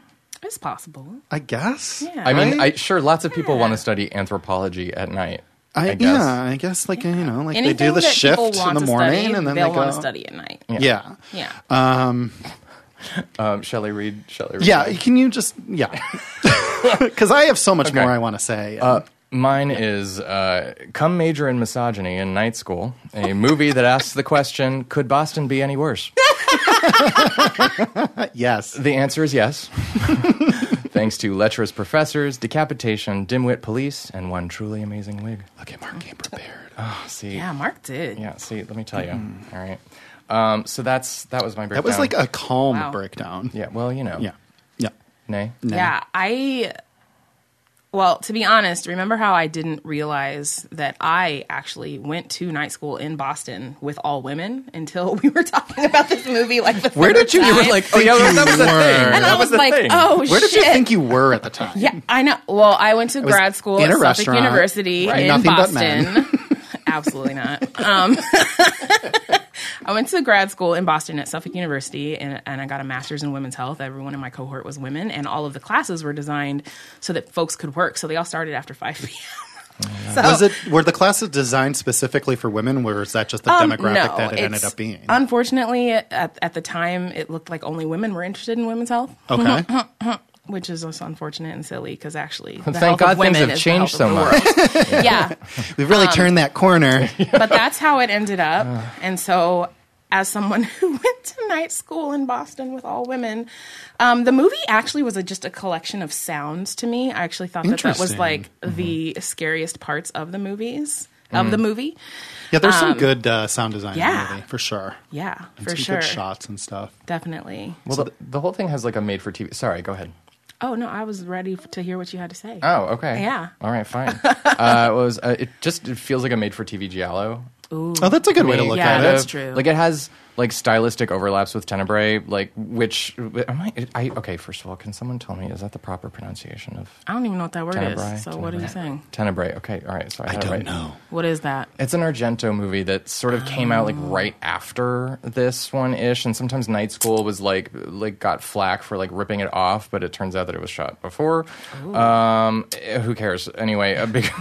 S2: It's possible.
S3: I guess.
S2: Yeah.
S1: I mean, I,
S3: Right?
S1: sure, lots of people want to study anthropology at night. I,
S3: I,
S1: guess.
S3: yeah, I guess like you know, like
S2: Anything
S3: they do the
S2: that
S3: shift
S2: people
S3: in
S2: want
S3: the
S2: to
S3: morning,
S2: study,
S3: and then
S2: they'll
S3: they
S2: want
S3: go.
S2: to study at night.
S1: Yeah.
S3: Yeah,
S2: Yeah.
S1: Um, Shelley Reed. Shelley Reed.
S3: yeah. Can you just
S1: (laughs)
S3: yeah? (laughs) Because I have so much more
S1: Okay. Uh,
S3: I want to say.
S1: Mine is uh, Come Major in Misogyny in Night School, a movie that asks the question Could Boston be any worse?
S3: yes,
S1: The answer is
S3: (laughs)
S1: yes. Thanks to lecherous professors, decapitation, dimwit police, and one truly amazing wig.
S3: Okay, Mark came prepared.
S1: Oh, see,
S2: Yeah,
S1: yeah,
S2: Mark did.
S1: see, let me tell you. All right, um, so that's that was my breakdown.
S3: Mm-hmm. That was like a calm
S2: Wow.
S3: breakdown.
S1: yeah, well, you know,
S3: Yeah. Yeah.
S1: nay,
S2: Yeah, I. Well, to be honest, remember how I didn't realize that I actually went to night school in Boston with all women until (laughs) we were talking about this movie. Like, the
S1: Where
S2: third
S1: did you? You were
S2: time.
S1: like, oh yeah,
S3: Think
S1: that was the
S3: you were.
S1: thing.
S2: and
S1: that
S2: I was,
S1: the
S2: like,
S1: thing.
S2: oh
S3: Where
S2: shit.
S3: did you think you were
S2: (laughs)
S3: at the time?
S2: Yeah, I know. Well, I went to grad school
S3: in
S2: at
S3: a
S2: Suffolk
S3: restaurant.
S2: University
S3: Right.
S2: in
S3: Nothing but
S2: Boston.
S3: (laughs)
S2: Absolutely not. Um, (laughs) I went to grad school in Boston at Suffolk University, and, and I got a master's in women's health. Everyone in my cohort was women, and all of the classes were designed so that folks could work. So they all started after five (laughs) p.m. So,
S3: Was it were the classes designed specifically for women, or is that just the
S2: um,
S3: demographic
S2: no,
S3: that it ended
S2: it's-
S3: up being?
S2: Unfortunately, at, at the time, it looked like only women were interested in women's health.
S3: okay.
S2: (laughs) which is just unfortunate and silly because actually, the
S1: Thank
S2: health
S1: God
S2: of women
S1: things have
S2: is
S1: changed
S2: the health of the
S1: (laughs)
S2: world. yeah,
S3: We've really
S2: Um,
S3: turned that corner.
S2: but that's how it ended up.
S3: Uh.
S2: And so, as someone (laughs) who went to night school in Boston with all women, um, the movie actually was a, just a collection of sounds to me. I actually thought that that was
S3: Interesting. Mm-hmm.
S2: like the scariest parts of the movies of
S3: Mm.
S2: the movie.
S3: Yeah, there's some good uh, sound design in
S2: um, yeah.
S3: the movie, for sure.
S2: Yeah,
S3: And
S2: for
S3: some
S2: sure,
S3: good shots and stuff.
S2: definitely.
S1: Well, the, the whole thing has like a made for TV. Sorry, go ahead.
S2: Oh no, I was ready f- to hear what you had to say.
S1: Oh, okay.
S2: Yeah.
S1: All right,
S2: (laughs)
S1: fine. uh, it was uh, it just it feels like a made for TV giallo.
S3: Oh, that's a good way to
S1: me,
S3: look
S2: Yeah,
S3: at
S1: kind
S2: that's
S1: of.
S2: true.
S1: Like it has like stylistic overlaps with Tenebrae, like which am I, I? Okay, first of all, can someone tell me is that the proper pronunciation of
S2: I don't even know what that word
S1: Tenebrae?
S2: is. So what are you saying?
S1: Tenebrae? Okay, all right. So I,
S3: it. I
S1: had it
S3: don't
S1: right.
S3: know.
S2: What is that?
S1: It's an Argento movie that sort of came out like
S2: Ah.
S1: right after this one ish, and sometimes Night School was like like got flack for like ripping it off, but it turns out that it was shot before. Um, eh, who cares anyway? uh, (laughs) bec-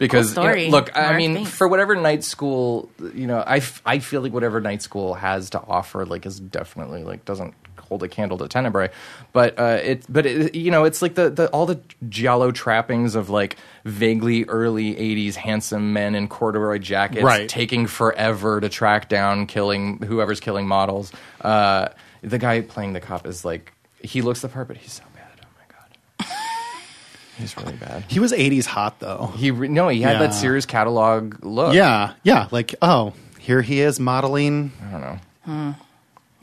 S1: because you know,
S2: Hmm. story,
S1: look, I
S2: Mark,
S1: mean,
S2: thanks.
S1: for whatever Night School, you know, I, f- I feel like whatever Night School has to offer like is definitely like doesn't hold a candle to Tenebrae, but uh, it but it, you know it's like the, the all the giallo trappings of like vaguely early '80s handsome men in corduroy jackets,
S3: Right.
S1: taking forever to track down killing whoever's killing models. Uh, the guy playing the cop is like he looks the part, but he's so bad. Oh my god, he's really bad.
S3: He was 80s hot, though.
S1: He re- no, he had
S3: Yeah.
S1: that Sears catalog look.
S3: Yeah, yeah. Like, oh, here he is modeling.
S1: I don't know.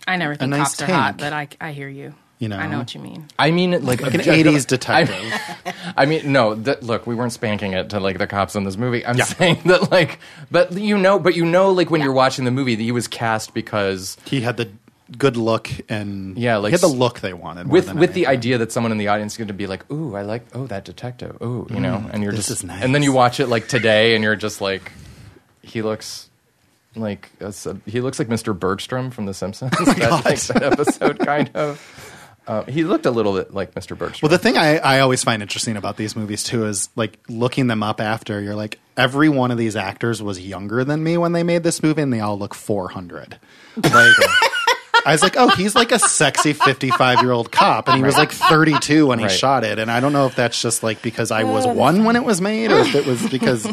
S2: I never think
S3: nice
S2: cops are hot,
S3: tank.
S2: but I, I hear you.
S3: You know.
S2: I know what you mean.
S1: I mean, like,
S3: Like an
S1: objective-
S3: 80s detective.
S1: (laughs) I, I mean, no. That, look, we weren't spanking it to like the cops in this movie. I'm saying that, like, but you know, but you know, like when you're watching the movie, that he was cast because
S3: He had the good look and
S1: Yeah, like
S3: he had the
S1: s-
S3: look they wanted. more
S1: with
S3: than
S1: with the
S3: anything.
S1: idea that someone in the audience is going to be like, "Ooh, I like, oh, that detective." Ooh, you know, and you're
S3: Mm, this
S1: just,
S3: is nice.
S1: and then you watch it like today, and you're just like, he looks like a sub- he looks like Mr. Bergstrom from The
S3: (laughs)
S1: Simpsons.
S3: Oh
S1: that, like, that episode, kind of. Uh, he looked a little bit like Mr. Bergstrom.
S3: Well, the thing I, I always find interesting about these movies too is like looking them up after you're like every one of these actors was younger than me when they made this movie, and they all look 400. Like, (laughs) I was like, oh, he's like a sexy 55 year old cop, and he was like 32 when he
S1: Right.
S3: shot it. And I don't know if that's just like because I was one when it was made, or if it was because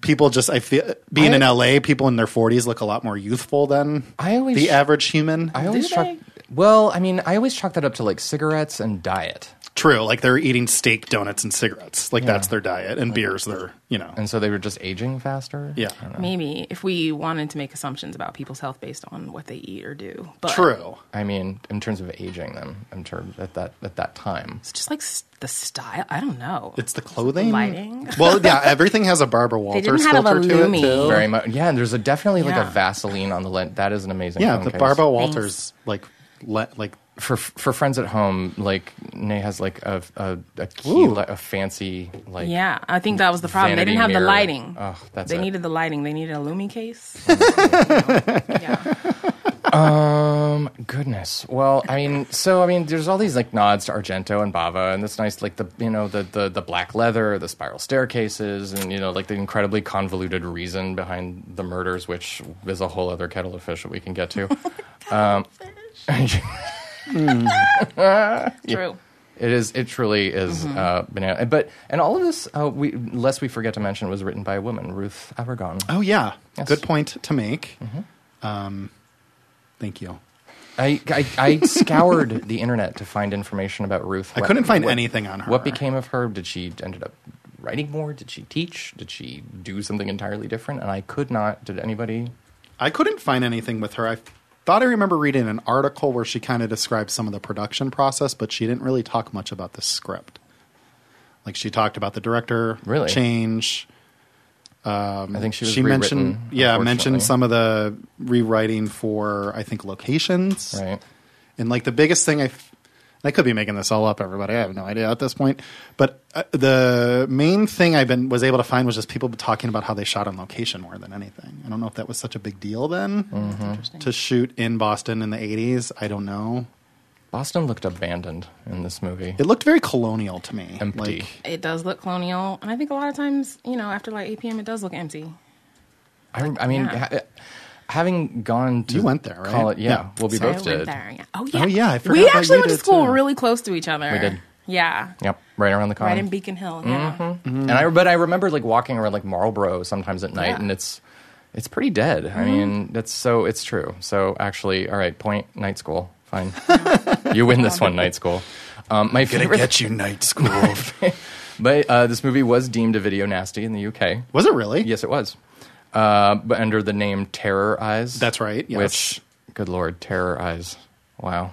S3: people just I feel being in LA, people in their 40s look a lot more youthful than
S1: I always-
S3: the average human.
S1: I always
S2: Do
S1: chalk.
S2: they?
S1: Well, I mean, I always chalk that up to like cigarettes and diet,
S3: True, like they're eating steak, donuts, and cigarettes. Like that's their diet, and beers. Their you know.
S1: and so they were just aging faster.
S3: Yeah.
S1: I don't know.
S2: Maybe if we wanted to make assumptions about people's health based on what they eat or do, but
S3: True.
S1: I mean, in terms of aging them, in terms at that at that time.
S2: it's just like s- the style. I don't know.
S3: It's the clothing.
S2: lighting.
S3: Well, yeah, everything has a Barbara Walters
S2: didn't have a
S3: filter to it
S2: Lumi.
S3: too.
S1: Very much, yeah. And there's a definitely like
S2: Yeah.
S1: a Vaseline on the lens. That is an amazing.
S3: yeah,
S1: phone
S3: the
S1: case.
S3: Barbara Walters like le- like
S1: for for friends at home, like Nay has like a a, a key, li- a fancy like
S2: Yeah, I think that was the problem. They
S1: vanity
S2: didn't have
S1: mirror.
S2: the lighting.
S1: Oh, that's
S2: they
S1: it.
S2: needed the lighting. They needed a
S1: (laughs)
S2: Lumi case. yeah.
S1: Um, goodness. Well, I mean, so I mean, there's all these like nods to Argento and Bava, and this nice like the you know the the the black leather, the spiral staircases, and you know like the incredibly convoluted reason behind the murders, which is a whole other kettle of fish that we can get to. um,
S2: True.
S1: (laughs) It is. It truly is uh, banana. But and all of this, uh, we lest we forget to mention, was written by a woman, Ruth Aragon.
S3: Oh yeah,
S1: Yes. Mm-hmm.
S3: good point to make. Um, thank you.
S1: I, I, I scoured
S3: (laughs)
S1: the internet to find information about Ruth.
S3: I couldn't find anything on her.
S1: What became of her? Did she ended up writing more? Did she teach? Did she do something entirely different? And I could not. Did anybody?
S3: I couldn't find anything with her. I thought I remember reading an article where she kind of described some of the production process, but she didn't really talk much about the script. Like she talked about the director
S1: Really?
S3: change. Um,
S1: I think she was.
S3: she mentioned
S1: rewritten,
S3: yeah mentioned
S1: unfortunately.
S3: some of the rewriting for I think locations.
S1: Right.
S3: And like the biggest thing I, f- I could be making this all up, everybody. I have no idea at this point. But uh, the main thing I've been was able to find was just people talking about how they shot on location more than anything. I don't know if that was such a big deal then
S1: Mm-hmm.
S3: to shoot in Boston in the eighties. I don't know.
S1: Boston looked abandoned in this movie.
S3: It looked very colonial to me.
S1: Empty.
S3: Like,
S2: It does look colonial, and I think a lot of times, you know, after like 8 p.m., it does look empty.
S1: I, I mean,
S2: Yeah.
S1: ha- having gone to
S3: You went there, right?
S1: college- yeah,
S3: Yeah.
S1: Well, we
S2: So I
S1: both
S2: went
S1: did.
S2: there, yeah. Oh yeah,
S3: Oh, yeah, I forgot
S2: we
S3: about
S2: actually
S3: you
S2: went to
S3: did,
S2: school
S3: too.
S2: really close to each other.
S1: We did. Um, Mm-hmm.
S2: Yeah,
S1: Yep, right around the corner.
S2: right in Beacon Hill. Yeah.
S1: And I, but I remember like walking around like Marlboro sometimes at night,
S2: Yeah.
S1: and it's it's pretty dead. I mean, that's so it's true. So actually, all right, point night school, fine. you win this one, night school. Um, my favorite,
S3: (laughs) you night school.
S1: (laughs) but uh, this movie was deemed a video nasty in the UK.
S3: was it really?
S1: Yes, it was. Uh, but under the name Terror Eyes.
S3: That's right, yes.
S1: Which, good lord, Terror Eyes. Wow.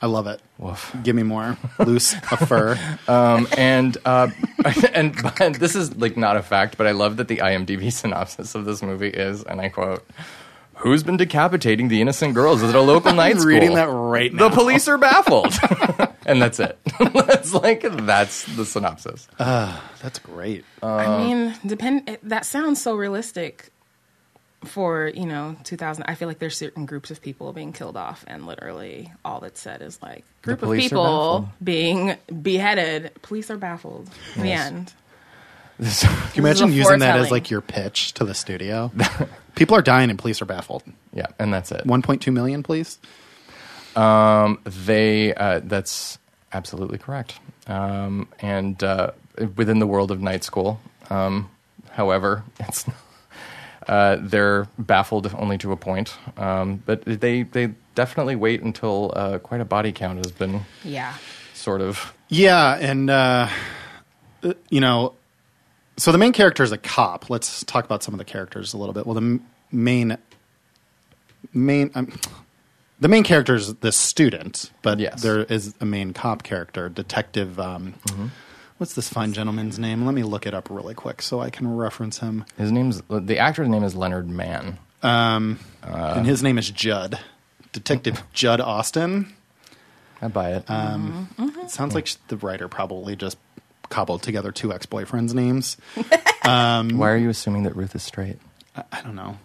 S3: I love it.
S1: Woof.
S3: Give me more. Loose a
S1: (laughs)
S3: fur.
S1: Um, and uh, (laughs) and but this is like not a fact, but I love that the IMDb (laughs) synopsis of this movie is, and I quote. Who's been decapitating the innocent girls
S3: (laughs)
S1: at a local night school?
S3: reading that right now.
S1: The police are
S3: (laughs)
S1: baffled, (laughs) and that's it. (laughs) that's like that's the synopsis.
S3: That's great.
S2: I mean, depend. It, that sounds so realistic. For you know, 2000. I feel like there's certain groups of people being killed off, and literally all that's said is like group of
S1: police are
S2: people
S1: baffled.
S2: being beheaded. Police are baffled. The
S3: Can
S2: end.
S3: you
S2: This is
S3: imagine
S2: a
S3: using that as
S2: foretelling.
S3: like your pitch to the studio? (laughs) People are dying and police are baffled.
S1: yeah, and that's it.
S3: 1.2 million, please.
S1: Um, They uh, that's absolutely correct. Um, and uh, within the world of night school, um, however, (laughs) it's uh, they're baffled only to a point. Um, but they they definitely wait until uh, quite a body count has been
S2: Yeah.
S1: sort of
S3: Yeah, and uh, uh, you know, so the main character is a cop. Let's talk about some of the characters a little bit. Well, the m- main main um, the main character is the student, but
S1: Yes.
S3: there is a main cop character, detective. Um, What's this fine gentleman's name? Let me look it up really quick so I can reference him.
S1: his name's the actor's name is Leonard Mann.
S3: and his name is Judd, Detective Judd Austin.
S1: I buy it.
S3: Um, It sounds like sh- the writer probably just cobbled together two
S1: (laughs)
S3: ex-boyfriends' names.
S1: Why are you assuming that Ruth is straight?
S3: I, I don't know.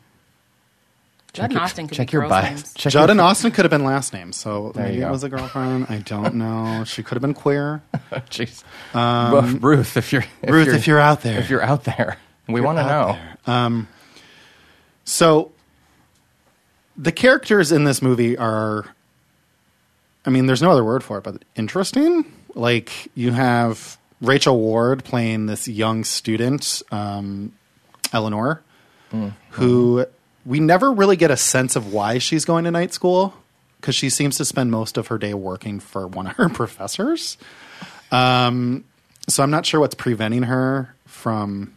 S2: Judd and Austin could
S1: check
S2: be
S1: your
S2: girls'
S1: bio.
S2: names.
S1: Check
S3: Judd
S1: your-
S3: and Austin could have been last names, so
S1: There
S3: maybe
S1: you
S3: it
S1: go.
S3: was a girlfriend. I don't know. She could have been queer.
S1: (laughs) Jeez. Well, Ruth, if you're if
S3: um, Ruth, if you're out there.
S1: if you're out there, we want to
S3: out
S1: know.
S3: there. Um, so the characters in this movie are, I mean, there's no other word for it, but interesting. Like you have Rachel Ward playing this young student, um, Eleanor, who we never really get a sense of why she's going to night school because she seems to spend most of her day working for one of her (laughs) professors. Um, so I'm not sure what's preventing her from.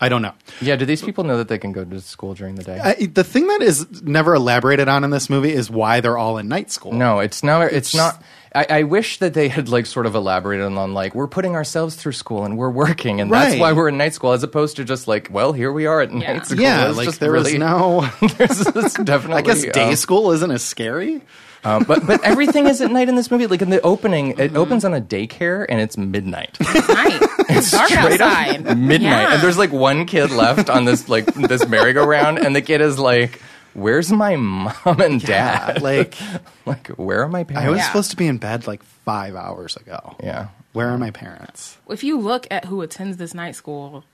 S3: I don't know.
S1: Yeah, do these people know that they can go to school during the day?
S3: I, the thing that is never elaborated on in this movie is why they're all in night school.
S1: No, it's not. It's, not. I, I wish that they had like sort of elaborated on like we're putting ourselves through school and we're working and that's
S3: Right.
S1: why we're in night school as opposed to just like well here we are at
S2: Yeah.
S1: night school.
S3: Yeah,
S1: It's
S3: like
S1: (laughs) just
S3: there was
S1: really-
S3: no. (laughs)
S1: there's, it's definitely.
S3: I guess
S1: uh,
S3: day school isn't as scary.
S1: Um, but but everything is at night in this movie. Like in the opening, it
S3: Mm-hmm.
S1: opens on a daycare and it's midnight. (laughs)
S2: It's night. It's dark outside.
S1: midnight
S2: Yeah.
S1: and there's like one kid left on this like this merry-go-round and the kid is like where's my mom and dad
S3: like
S1: (laughs) like where are my parents
S3: I was
S2: Yeah.
S3: supposed to be in bed like five hours ago.
S1: yeah
S3: Where are my parents?
S2: if you look at who attends this night school,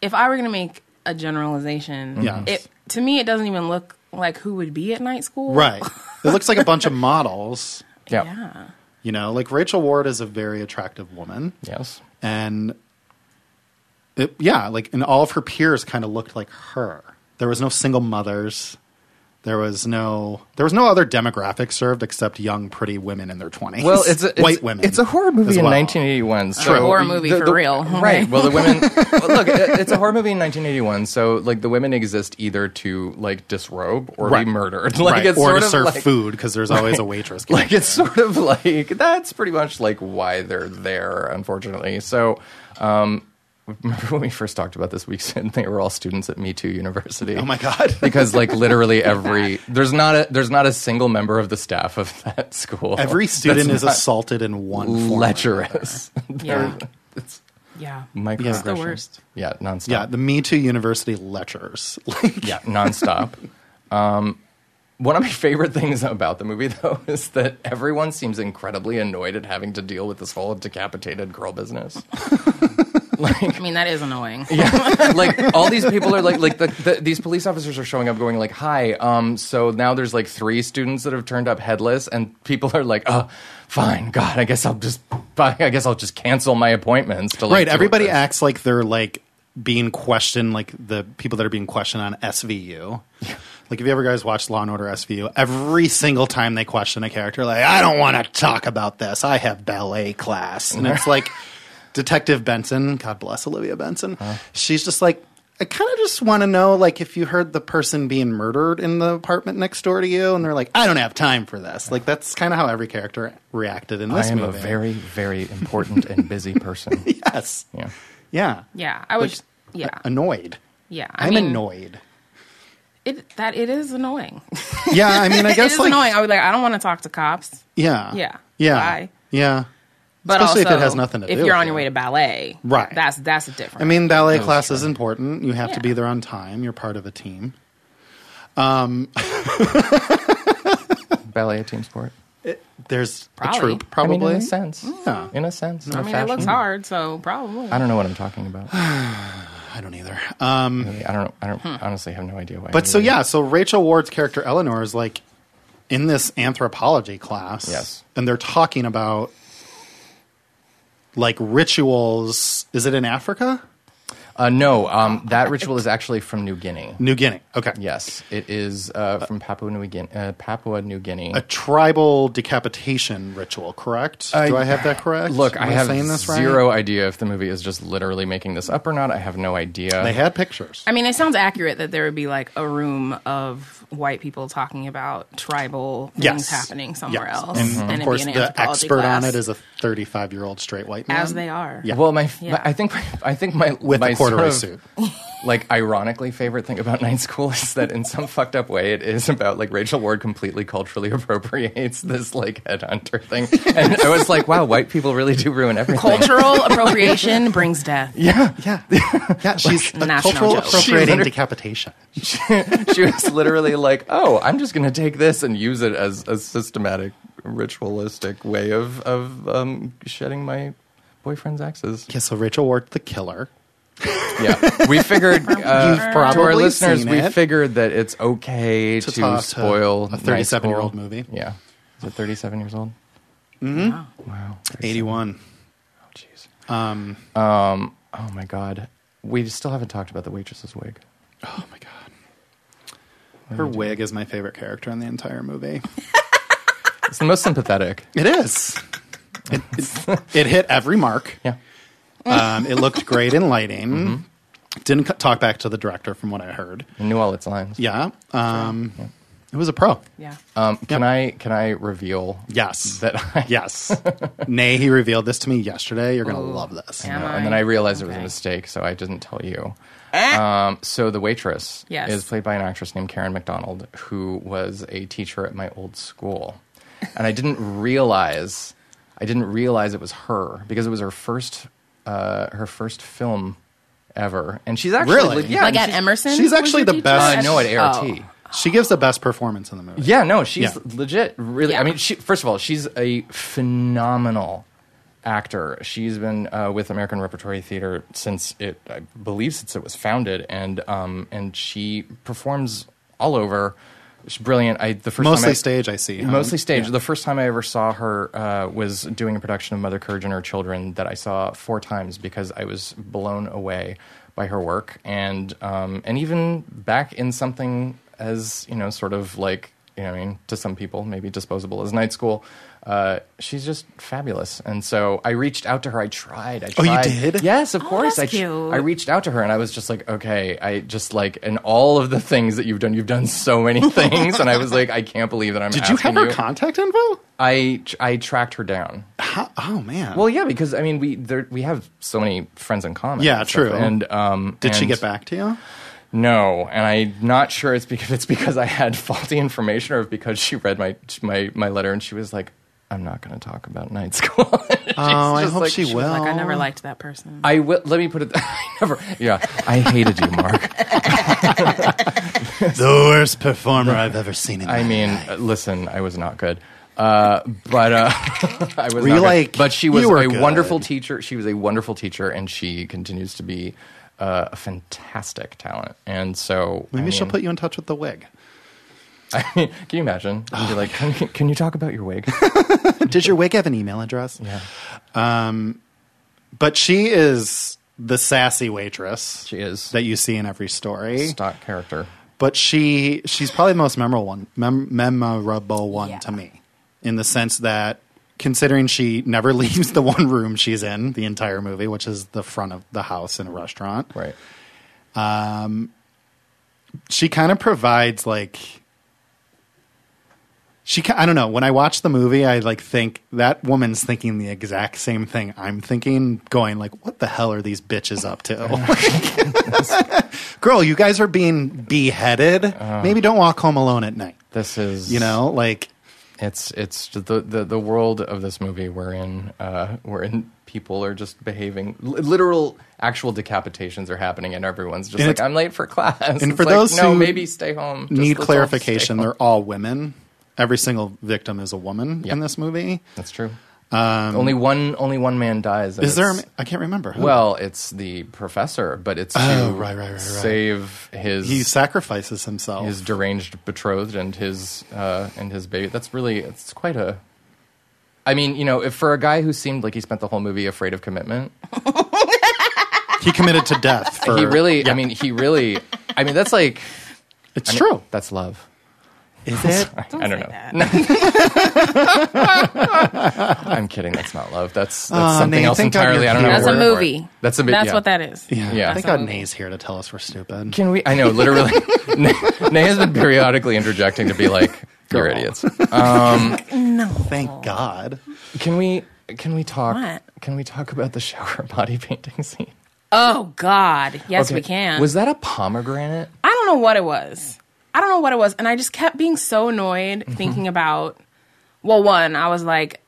S2: if I were going to make a generalization,
S3: Yes.
S2: it to me it doesn't even look like who would be at night school.
S3: Right. (laughs) It looks like a bunch of models.
S1: yeah,
S2: Yeah.
S3: You know, like Rachel Ward is a very attractive woman.
S1: yes
S3: And it, yeah, like, and all of her peers kind of looked like her. There was no single mothers. There was no there was no other demographic served except young, pretty women in their twenties.
S1: well it's a, it's-
S3: (laughs) white women.
S1: it's a horror movie
S3: as
S1: in
S3: well.
S1: 1981 so
S2: True. horror movie for real.
S1: right well the women well, look it- it's a horror movie in 1981 so like the women exist either to like disrobe or
S3: Right.
S1: be murdered (laughs) like
S3: Right.
S1: it's
S3: or
S1: sort
S3: to
S1: of
S3: serve
S1: like,
S3: food because there's
S1: (laughs)
S3: always a waitress.
S1: like it's sort of like that's pretty much like why they're there unfortunately so um remember when we first talked about this week (laughs) and they were all students at me too university
S3: Oh my God.
S1: (laughs) because like
S3: (laughs)
S1: literally every there's not a there's not a single member of the staff of that school
S3: Every student
S1: that's
S3: is assaulted in one form.
S1: (laughs)
S3: or
S1: lecherous
S2: Yeah.
S1: it's
S2: Yeah.
S1: microaggressions.
S3: It's
S2: the worst.
S1: yeah nonstop
S3: Yeah, the Me Too University (laughs) lectures. Like,
S1: yeah, nonstop. um, one of my favorite things about the movie, though, (laughs) is that everyone seems incredibly annoyed at having to deal with this whole decapitated girl business. (laughs)
S2: I mean that is annoying.
S1: like all these people are like, like the, the, these police officers are showing up, going like, "Hi." Um, so now there's like three students that have turned up headless, and people are like, "Oh, fine, God, I guess I'll just, I guess I'll just cancel my appointments." To, like,
S3: right,
S1: deal with
S3: everybody
S1: this."
S3: acts like they're like being questioned, like the people that are being questioned on SVU. Like, if you ever guys watched Law and Order SVU, every single time they question a character, like, I don't want to talk about this. I have ballet class. And it's
S1: (laughs)
S3: like Detective Benson, God bless Olivia Benson. She's just like, I kind of just want to know, like, if you heard the person being murdered in the apartment next door to you, and they're like, I don't have time for this. Like, that's kind of how every character reacted in this
S1: I am
S3: movie.
S1: a very, very important and busy person.
S3: (laughs) yes.
S1: Yeah.
S3: Yeah.
S2: Yeah. I was Oh, yeah.
S3: Annoyed.
S2: yeah. I
S3: uh, I'm
S2: mean,
S3: annoyed.
S2: It that it is annoying.
S3: Yeah, I mean, I
S2: (laughs) it
S3: guess
S2: is
S3: like
S2: annoying. I was like I don't want to talk to cops.
S3: yeah,
S2: Yeah.
S3: yeah,
S2: Bye.
S3: yeah.
S2: But
S3: Especially if
S2: also,
S3: it has nothing to
S2: if
S3: do
S2: you're
S3: with
S2: on your
S3: it.
S2: way to ballet,
S3: Right.
S2: That's that's different.
S3: I mean, ballet class is important. You have
S2: Yeah.
S3: to be there on time. You're part of a team.
S1: Ballet, a team sport.
S3: There's
S2: Probably.
S3: a troupe,
S1: I mean,
S3: probably.
S1: in a sense.
S3: Yeah.
S1: In a sense.
S2: I mean, it looks hard, so probably.
S1: I don't know what I'm talking
S3: (sighs)
S1: about.
S3: I don't either. Um,
S1: Really, I don't. I don't honestly have no idea why.
S3: but so
S1: anybody-
S3: yeah, so Rachel Ward's character Eleanor is like in this anthropology class.
S1: Yes.
S3: and they're talking about like rituals. Is it in Africa?
S1: Uh, no, um, that ritual is actually from New Guinea.
S3: New Guinea. Okay.
S1: Yes, it is uh, from Papua New Guinea. Uh, Papua New Guinea.
S3: a tribal decapitation ritual, correct? Do I have that correct?
S1: Look,
S3: Am
S1: I have
S3: saying this right?
S1: zero idea if the movie is just literally making this up or not. I have no idea.
S3: They had pictures.
S2: I mean, it sounds accurate that there would be like a room of white people talking about tribal things
S3: Yes.
S2: happening somewhere
S3: Yes.
S2: else,
S3: And,
S2: it'd
S3: of
S2: be
S3: course,
S2: an
S3: the
S2: anthropology
S3: expert
S2: class,
S3: on it is a 35 year old straight white man.
S2: as they are.
S3: Yeah.
S1: Well, my, f
S2: Yeah.
S1: I think my, I think my
S3: With
S1: my
S3: a corduroy
S1: sort
S3: suit.
S1: of, (laughs) Like ironically, favorite thing about (laughs) night school is that in some fucked up way, it is about like Rachel Ward completely culturally (laughs) appropriates this like headhunter thing, and I was like, wow, white people really do ruin (laughs) everything.
S2: Cultural appropriation brings death.
S3: (laughs)
S1: Yeah,
S3: (laughs) Yeah. Yeah. She's a
S2: national
S3: cultural
S2: joke.
S3: appropriating
S1: She's-
S3: decapitation.
S1: she was literally like, "Oh, I'm just going to take this and use it as a systematic, ritualistic way of of um, shedding my boyfriend's axes."
S3: Okay, so Rachel Ward, the killer.
S1: Yeah, we figured uh, to our
S3: probably
S1: listeners,
S3: seen
S1: we
S3: it.
S1: figured that it's okay to,
S3: To talk to
S1: spoil
S3: a
S1: Night
S3: 37-year-old
S1: School.
S3: movie.
S1: Yeah, is it 37 years old? Mm-hmm. Wow,
S3: 81.
S1: Jeez. Um, um, oh my god, we still haven't talked about the waitress's wig.
S3: Oh my God. Her wig is my favorite character in the entire movie.
S1: It's the most sympathetic.
S3: It is. It, it, it hit every mark.
S1: Yeah.
S3: Um, it looked great in lighting.
S1: Mm-hmm.
S3: Didn't c- talk back to the director from what I heard.
S1: I knew all its lines.
S3: Yeah. Um, It was a pro.
S2: Yeah.
S1: Um, can I can I reveal
S3: Yes.
S1: that I (laughs)
S3: yes. Nay,
S1: Oh.
S3: he revealed this to me yesterday. You're going to love this.
S2: Yeah.
S1: No,
S2: Am
S1: and then
S2: I?
S1: I realized it was a
S2: Okay.
S1: mistake, so I didn't tell you. Um, so the waitress
S2: Yes.
S1: is played by an actress named Karen McDonald, who was a teacher at my old school, and I didn't realize I didn't realize it was her because it was her first uh, her first film ever, and she's actually
S3: Really?
S1: like, yeah,
S2: like
S1: and
S2: at
S1: she's-
S2: Emerson.
S3: she's
S2: was
S3: actually
S2: your
S3: the
S2: teacher?
S3: best.
S1: Uh, no, at ART.
S2: Oh.
S3: She gives the best performance in the movie.
S1: Yeah, no, she's
S3: Yeah.
S1: legit. Really,
S2: Yeah.
S1: I mean, she, first of all, she's a phenomenal actor. She's been uh, with American Repertory Theater since it, I believe, since it was founded, and um, and she performs all over. She's brilliant. I the first time
S3: Mostly
S1: I-
S3: stage, I see, huh?
S1: Mostly stage. The first time I ever saw her uh, was doing a production of Mother Courage and Her Children that I saw four times because I was blown away by her work, and um, and even back in something as you know, sort of like you know, what I mean, to some people maybe disposable as Night School. Uh, she's just fabulous, and so I reached out to her. I tried. I
S3: Oh,
S1: tried.
S3: you did?
S1: Yes, of
S2: Oh,
S1: course.
S2: that's
S1: I, tr-
S2: cute.
S1: I reached out to her and I was just like, okay, I just like, and all of the things that you've done, you've done so many (laughs) things, and I was like, I can't believe that I'm.
S3: Did you have
S1: asking
S3: her contact info?
S1: I tr- I tracked her down.
S3: How, oh man.
S1: Well, yeah, because I mean, we there, we have so many friends in common.
S3: Yeah,
S1: and stuff,
S3: true.
S1: And um,
S3: did she
S1: and-
S3: get back to you?
S1: No, and I'm not sure it's because (laughs) it's because I had faulty information or because she read my my my letter and she was like, I'm not going to talk about night (laughs) school. She's
S3: Oh, I
S1: just
S3: hope
S1: like-
S3: she,
S1: was
S3: will.
S2: Like I never liked that person.
S1: I will. Let me put it. (laughs) I never. Yeah, I hated you, Mark.
S3: the worst performer I've ever seen in.
S1: I
S3: (laughs)
S1: mean, uh, listen, I was not good. Uh, but uh, (laughs) I was
S3: you
S1: not good.
S3: like-
S1: but she
S3: you
S1: was
S3: were
S1: a
S3: good.
S1: wonderful teacher. She was a wonderful teacher, and she continues to be uh, a fantastic talent. And so,
S3: maybe
S1: I
S3: she'll
S1: mean,
S3: put you in touch with the wig.
S1: (laughs) can you imagine? You'd be like, can, can you talk about your
S3: (laughs)
S1: wig?
S3: Does your wig have an email address?
S1: yeah,
S3: But she is the sassy waitress.
S1: she is
S3: that you see in every story.
S1: stock character.
S3: But she she's probably the most memorable one, mem- memorable one
S2: Yeah.
S3: to me, in the sense that considering she never (laughs) leaves the one room she's in the entire movie, which is the front of the house in a restaurant.
S1: Right.
S3: She kind of provides like she ki- I don't know. When I watch the movie, I like think that woman's thinking the exact same thing I'm thinking, going like, "What the hell are these bitches up to?" (laughs) Girl, you guys are being beheaded.
S1: Uh-huh.
S3: Maybe don't walk home alone at night.
S1: This is
S3: You know, like
S1: It's it's the the, the world of this movie wherein uh, wherein people are just behaving li- literal actual decapitations are happening and everyone's just
S3: And
S1: like
S3: it's-
S1: I'm late for class.
S3: and
S1: It's
S3: for
S1: like,
S3: those
S1: no,
S3: who
S1: maybe stay home. Just
S3: need
S1: let's all
S3: clarification.
S1: stay home.
S3: They're all women. Every single victim is a woman
S1: Yeah.
S3: in this movie.
S1: That's true. only one only one man dies. and
S3: Um, Is there? a
S1: it's-
S3: ma- I can't remember. Who?
S1: well, it's the professor, but it's
S3: Oh,
S1: to
S3: right, right, right, right.
S1: save his
S3: he sacrifices himself.
S1: his deranged betrothed and his uh, and his baby. That's really it's quite a. I mean, you know, if for a guy who seemed like he spent the whole movie afraid of commitment,
S3: he committed to death. For,
S1: (laughs) he really. I mean, he really. I mean, that's like
S3: it's
S1: I mean,
S3: true.
S1: That's love.
S3: Is it?
S2: Don't
S1: I don't
S2: say
S1: know.
S2: that.
S1: I'm kidding. That's not love. That's, that's
S3: Aw,
S1: something
S3: Nate,
S1: else
S3: thank God you're
S1: entirely. I don't know.
S3: here.
S1: what
S2: That's a
S1: word for it.
S2: movie.
S1: That's a bit.
S2: That's
S1: yeah.
S2: what that is.
S3: Yeah.
S1: (laughs) Yeah.
S3: Thank God
S2: Absolutely.
S3: Nay's here to tell us we're stupid.
S1: Can we? I know.
S2: (laughs)
S1: Literally, Nay Nay has been periodically interjecting to be like, "You're idiots."
S2: Oh.
S3: Thank God.
S1: Can we? Can we talk?
S2: What?
S1: Can we talk about the shower body (laughs) painting scene?
S2: Oh God, yes
S1: Okay.
S2: we can.
S1: Was that a pomegranate?
S2: I don't know what it was. I don't know what it was, and I just kept being so annoyed
S3: Mm-hmm.
S2: thinking about. Well, one, I was like,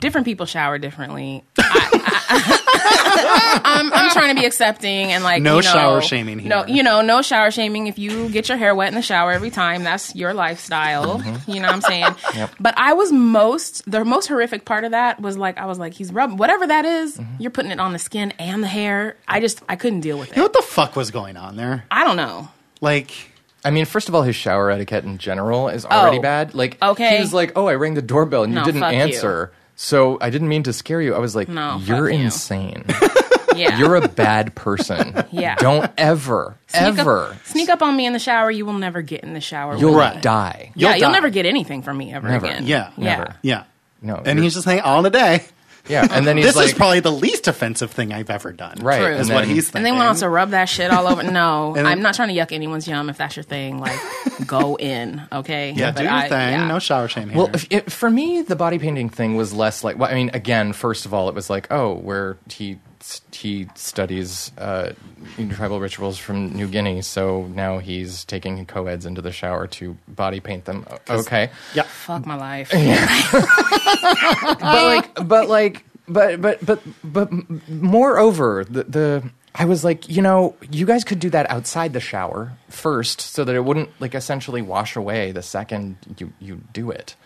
S2: different people shower differently. I, (laughs) am I'm trying to be accepting and like
S3: No
S2: you know,
S3: shower shaming here.
S2: No, you know, no shower shaming. If you get your hair wet in the shower every time, that's your lifestyle.
S3: Mm-hmm.
S2: You know what I'm
S3: (laughs)
S2: saying? But I was most the most horrific part of that was like I was like he's rubbing whatever that is,
S3: Mm-hmm.
S2: You're putting it on the skin and the hair. I just I couldn't deal with
S3: You know
S2: it.
S3: what the fuck was going on there?
S2: I don't know.
S3: Like,
S1: I mean, first of all, his shower etiquette in general is already
S2: Oh.
S1: bad. Like,
S2: Okay.
S1: he was like, "Oh, I rang the doorbell and you
S2: No,
S1: didn't
S2: fuck you.
S1: answer, so I didn't mean to scare you." I was like,
S2: No,
S1: "You're
S2: fuck you."
S1: insane.
S2: Yeah.
S1: You're a bad person.
S2: (laughs) Yeah.
S1: Don't ever,
S2: Sneak up-
S1: ever.
S2: sneak up on me in the shower. You will never get in the shower.
S1: You'll
S2: with
S3: Right.
S2: me.
S1: die.
S2: yeah, you'll
S3: die.
S2: never get anything from me ever
S1: Never.
S2: again.
S3: Yeah.
S2: yeah.
S1: Never.
S3: yeah.
S1: No,
S3: And
S1: you're-
S3: he's just saying, all in a day.
S1: Yeah, and then he's
S3: This
S1: like,
S3: is probably the least offensive thing I've ever done.
S1: right.
S2: True.
S1: and
S3: Is what
S1: then-
S3: he's thinking.
S2: And they want us to rub that shit all
S3: (laughs)
S2: over. No,
S3: And-
S2: I'm not trying to yuck anyone's yum. If that's your thing,
S3: (laughs)
S2: like go in, okay?
S3: Yeah,
S2: But
S3: do your
S2: I-
S3: thing.
S2: yeah.
S3: No shower shame here.
S1: Well, if, it, for me, the body painting thing was less like. Well, I mean, again, first of all, it was like, oh, where he s- he studies uh, tribal rituals from New Guinea, so now he's taking co-eds into the shower to body paint them. O- Okay,
S3: Yeah.
S2: Fuck my
S3: (laughs)
S2: life.
S1: but like, but like, but but but but m- moreover, the, the I was like, you know, you guys could do that outside the shower first, so that it wouldn't like essentially wash away the second you you do it.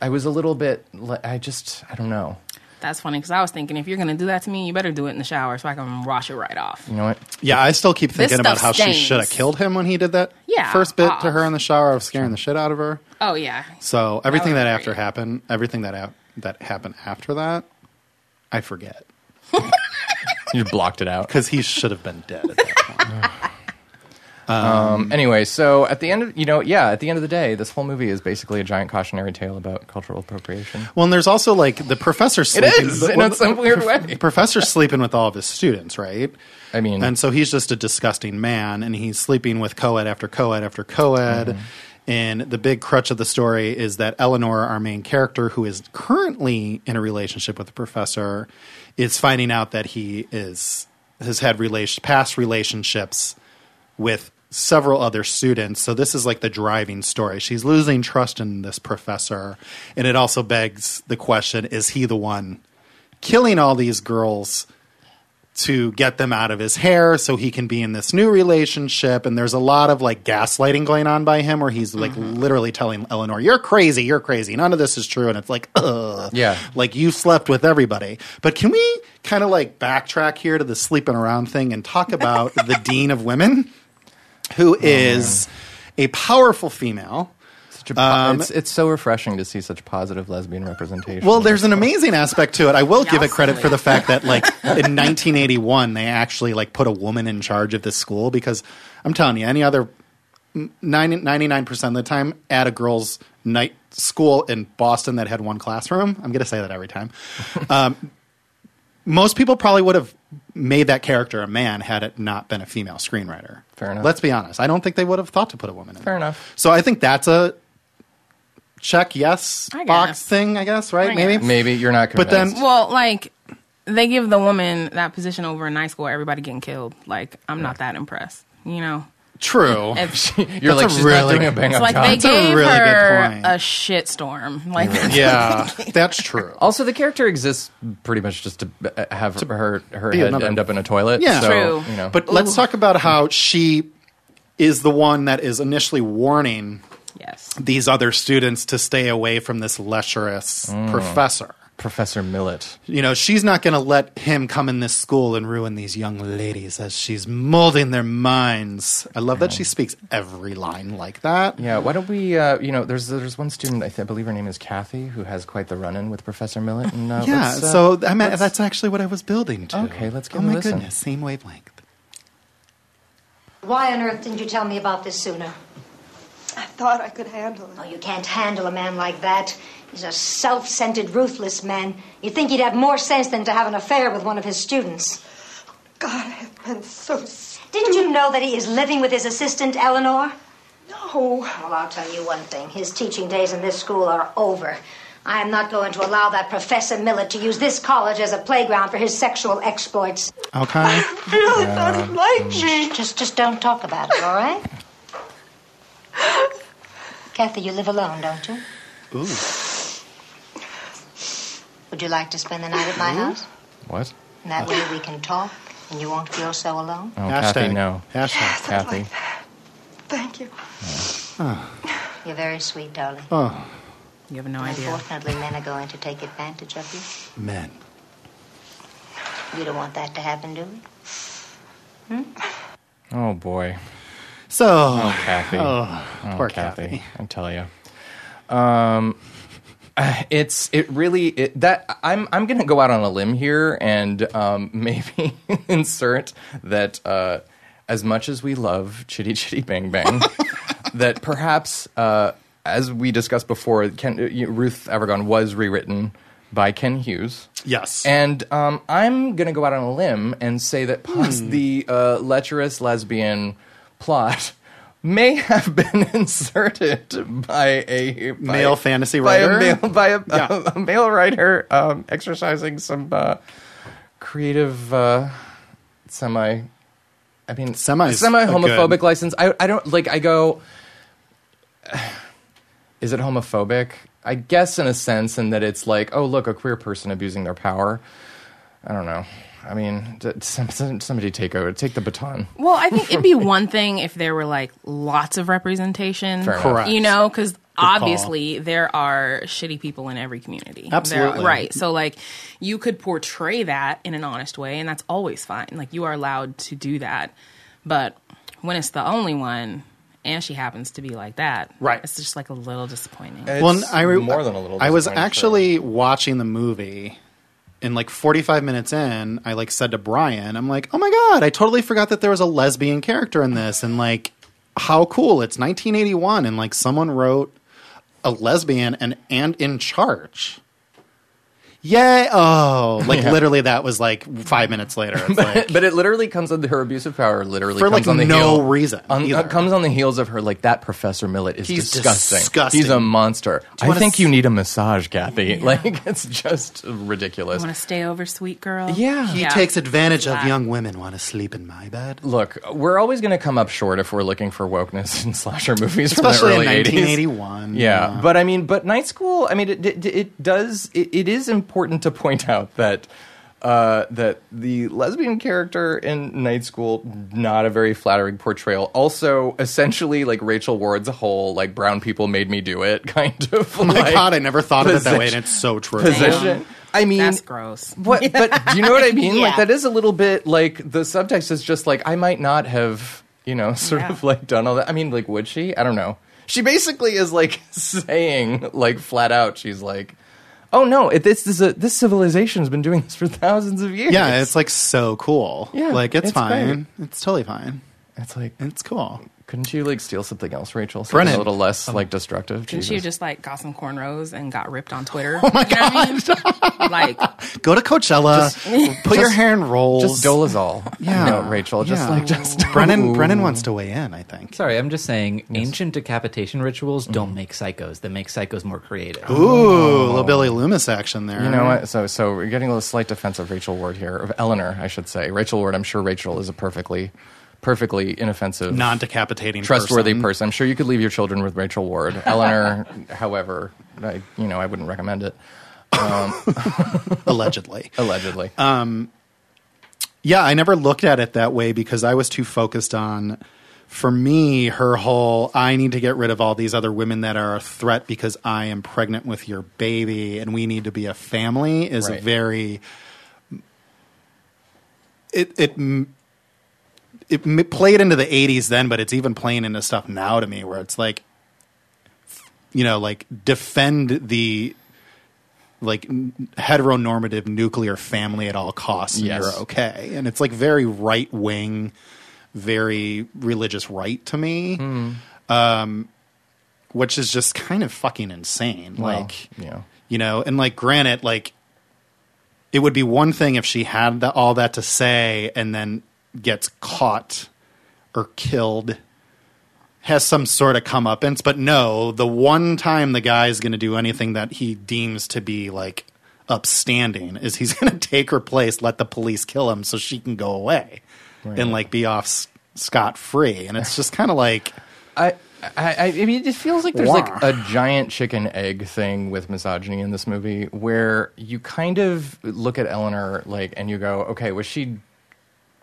S1: I was a little bit. li- I just I don't know.
S2: That's funny because I was thinking if you're gonna do that to me, you better do it in the shower so I can wash it right off.
S3: Mm.
S1: You know what?
S3: Yeah, I still keep thinking about how
S2: stuff
S3: she
S2: stains.
S3: should have killed him when he did that
S2: Yeah, oh.
S3: first bit to
S2: off.
S3: her in the shower of scaring the shit out of her.
S2: Oh yeah,
S3: So everything
S2: was
S3: that,
S2: great.
S3: after happened, everything that ap- that happened after that, I forget
S1: You blocked it out.
S3: because he should have been dead at that point.
S1: Um, anyway, so at the end of you know, yeah, at the end of the day, this whole movie is basically a giant cautionary tale about cultural appropriation.
S3: well, and there's also like the professor sleeping.
S1: is,
S3: the-
S1: in some weird way.
S3: The professor's sleeping with all of his students, right?
S1: I mean,
S3: and so he's just a disgusting man, and he's sleeping with co-ed after co-ed after co-ed. And the big crutch of the story is that Eleanor, our main character, who is currently in a relationship with the professor, is finding out that he is has had relation, past relationships with several other students. So this is like the driving story. She's losing trust in this professor, and it also begs the question: Is he the one killing all these girls? to get them out of his hair so he can be in this new relationship and there's a lot of like gaslighting going on by him where he's like literally telling Eleanor you're crazy you're crazy none of this is true and it's like ugh
S1: Yeah.
S3: like you slept with everybody but can we kind of like backtrack here to the sleeping around thing and talk about the dean of women who is a powerful female
S1: such a po- it's, it's so refreshing to see such positive lesbian representation.
S3: Um, Well, there's an amazing aspect to it. I will give it
S2: Yeah.
S3: credit for the fact that, like, in (laughs) 1981, they actually like put a woman in charge of this school because I'm telling you, any other 99 percent of the time at a girls' night school in Boston that had one classroom. I'm going to say that
S1: (laughs)
S3: every time. Um, most people probably would have made that character a man had it not been a female screenwriter.
S1: Fair enough.
S3: Let's be honest. I don't think they would have thought to put a woman in.
S1: Fair
S3: there.
S1: enough.
S3: So I think that's a check yes
S2: I
S3: box
S2: guess.
S3: thing. I guess right?
S2: I
S3: Maybe.
S2: guess.
S1: maybe you're not,
S3: But
S1: convinced.
S3: then-
S2: Well, like they give the woman that position over in high school, everybody getting killed. Like I'm not that impressed. You know, (laughs)
S3: True.
S1: (laughs)
S3: (laughs)
S2: it's,
S1: you're like
S3: a
S1: she's
S3: really-
S1: not doing a bang
S2: it's
S1: up
S2: like
S1: job.
S2: they
S3: a
S2: gave
S3: really good
S2: her
S3: point.
S2: a shitstorm. Like (laughs)
S3: yeah, (laughs) that's true.
S2: Oh,
S1: also, the character exists pretty much just to uh, have her her
S3: be
S1: head
S3: another-
S1: end up in a toilet.
S3: Yeah.
S1: so,
S2: True.
S1: You know,
S3: But let's talk about how she is the one that is initially warning
S2: yes,
S3: these other students to stay away from this lecherous
S1: Mm.
S3: professor.
S1: Professor Millet,
S3: You know, she's not going to let him come in this school and ruin these young ladies as she's molding their minds. I love that she speaks every line like that.
S1: yeah. Why don't we? Uh, you know, there's there's one student I, th- I believe her name is Kathy who has quite the run in with Professor Millet. And, uh,
S3: Yeah,
S1: let's, uh,
S3: so I mean, that's actually what I was building to.
S1: Okay, let's give it
S3: Oh
S1: a
S3: my
S1: listen.
S3: goodness, same wavelength.
S9: Why on earth didn't you tell me about this sooner?
S5: I thought I could handle it.
S9: Oh, you can't handle a man like that. He's a self centered, ruthless man. You'd think he'd have more sense than to have an affair with one of his students.
S5: God, I've been so stupid.
S9: Didn't you know that he is living with his assistant, Eleanor?
S5: No.
S9: Well, I'll tell you one thing. His teaching days in this school are over. I am not going to allow that Professor Millet to use this college as a playground for his sexual exploits.
S3: Okay.
S5: Really doesn't like me.
S9: Just, just don't talk about it, all right? Kathy, you live alone, don't you?
S3: Ooh.
S9: Would you like to spend the night at my house?
S1: what?
S9: And that way we can talk and you won't feel so alone.
S1: Oh, Kathy, no,
S3: Hashtag.
S1: Kathy.
S5: Thank you.
S9: You're very sweet, darling.
S3: Oh,
S2: you have no idea.
S9: Unfortunately, men are going to take advantage of you.
S3: Men.
S9: You don't want that to happen, do you?
S1: Oh boy.
S3: So.
S1: Kathy.
S3: Oh, poor Kathy.
S1: I tell you. Um, (sighs) uh, it's it really it, that I'm I'm gonna go out on a limb here and um, (laughs) maybe insert that uh, as much as we love Chitty Chitty Bang Bang, that perhaps uh, as we discussed before, Ken, uh, you- Ruth Evergon was rewritten by Ken Hughes.
S3: Yes.
S1: And um, I'm going to go out on a limb and say that pos-
S3: Hmm.
S1: the uh, lecherous lesbian plot (laughs) may have been (laughs) inserted by a by-
S3: Male fantasy
S1: by a
S3: writer?
S1: male, by (laughs) a,
S3: Yeah.
S1: a male writer um, exercising some uh, creative, uh, semi. I mean,
S3: Semi's
S1: semi
S3: good.
S1: homophobic license. I I don't like. I go. (sighs) Is it homophobic? I guess in a sense, in that it's like, oh look, a queer person abusing their power. I don't know. I mean, d- some, some- somebody take over, take the baton.
S2: (laughs) Well, I think it'd be one thing if there were like lots of representation.
S1: Fair enough.
S3: Correct.
S2: You know, because
S3: call.
S2: obviously there are shitty people in every community. There are-
S3: Absolutely.
S2: right. So, like, you could portray that in an honest way, and that's always fine. Like, you are allowed to do that. But when it's the only one, and she happens to be like that,
S3: Right.
S2: It's just like a little disappointing.
S3: well,
S1: It's
S3: I re-
S1: more than a little.
S3: I was
S1: disappointing for-
S3: actually watching the movie, and like 45 minutes in, I like said to Brian, "I'm like, oh my god, I totally forgot that there was a lesbian character in this, and like, how cool! It's 1981, and like someone wrote a lesbian and and in charge." Yay! Oh,
S1: (laughs)
S3: like literally, that was like five minutes later. It's like,
S1: but it literally comes on her abuse of power. Literally
S3: For,
S1: comes
S3: like,
S1: on the
S3: no
S1: heel-
S3: reason
S1: On,
S3: either.
S1: uh, comes on the heels of her like that. Professor Millet is
S3: He's
S1: disgusting.
S3: disgusting.
S1: He's a monster.
S3: you
S1: I
S3: wanna
S1: think
S3: s-
S1: you need a massage, Kathy. Like (laughs) it's just ridiculous.
S2: Want to stay over, sweet girl?
S1: Yeah.
S3: he
S2: Yeah.
S3: takes advantage of young women want to sleep in my bed.
S1: Look, we're always going to come up short if we're looking for wokeness in (laughs) slasher movies, from the
S3: Especially in Oh
S1: early 80s.
S3: 1981.
S1: Yeah, but I mean, but night school. I mean, it it, it does. It, it is important to point out that uh, that the lesbian character in night school not a very flattering portrayal. Also, essentially, like Rachel Ward's whole like brown people made me do it (laughs) kind of.
S3: Oh my
S1: like,
S3: god, I never thought of it that way,
S1: position-
S3: and it's so true.
S1: position. I mean,
S2: That's gross.
S1: What, but do you know what I mean? Like
S2: Yeah.
S1: that is a little bit like the subtext is just like I might not have, you know, (laughs) sort
S2: Yeah.
S1: of like done all that. I mean, like would she? I don't know. She basically is like (laughs) saying like flat out. She's like, oh no, it, this is a this civilization has been doing this for (laughs) thousands of years.
S3: Yeah, it's like so cool.
S1: Yeah,
S3: like it's,
S1: it's
S3: fine. It's totally fine.
S1: it's like
S3: It's cool.
S1: couldn't you like steal something else, Rachel? Something
S3: Brennan. Um,
S1: a little less like destructive.
S2: Didn't she
S1: Jesus.
S2: just like got some cornrows and got ripped on Twitter? (laughs) Oh my god! (laughs) like
S3: Go to Coachella. (laughs) put your hair in rolls.
S1: just (laughs) Dolazol?
S3: Yeah.
S1: no, Rachel. Just
S3: Yeah.
S1: like just
S3: Brennan. Brennan wants to weigh in. I think.
S8: Sorry, I'm just saying ancient decapitation rituals
S1: Mm-hmm.
S8: don't make psychos. They make psychos more creative.
S3: Ooh, a little Billy Loomis action there.
S1: You know what? So, so we're getting a little slight defense of Rachel Ward here, of Eleanor, I should say. Rachel Ward. I'm sure Rachel is a perfectly, perfectly inoffensive,
S3: Non-decapitating,
S1: trustworthy person.
S3: person.
S1: I'm sure you could leave your children with Rachel Ward. Eleanor, however, I, you know, I wouldn't recommend it.
S3: allegedly.
S1: Allegedly,
S3: Yeah, I never looked at it that way because I was too focused on, for me, her whole I need to get rid of all these other women that are a threat because I am pregnant with your baby and we need to be a family is
S1: Right.
S3: very. It it m- it m- played into the '80s then, but it's even playing into stuff now to me where it's like, you know, like defend the like n- heteronormative nuclear family at all costs and
S1: Yes.
S3: you're okay and it's like very right wing very religious right to me um which is just kind of fucking insane like
S1: you know.
S3: you know and like granted like it would be one thing if she had the, all that to say and then gets caught or killed has some sort of comeuppance but no the one time the guy is going to do anything that he deems to be like upstanding is he's (laughs) going to take her place let the police kill him so she can go away and like be off s- scot-free and it's just kind of like
S1: I, I, I I mean, it feels like there's
S3: Wah.
S1: like a giant chicken egg thing with misogyny in this movie, where you kind of look at Eleanor like, and you go, okay, was she,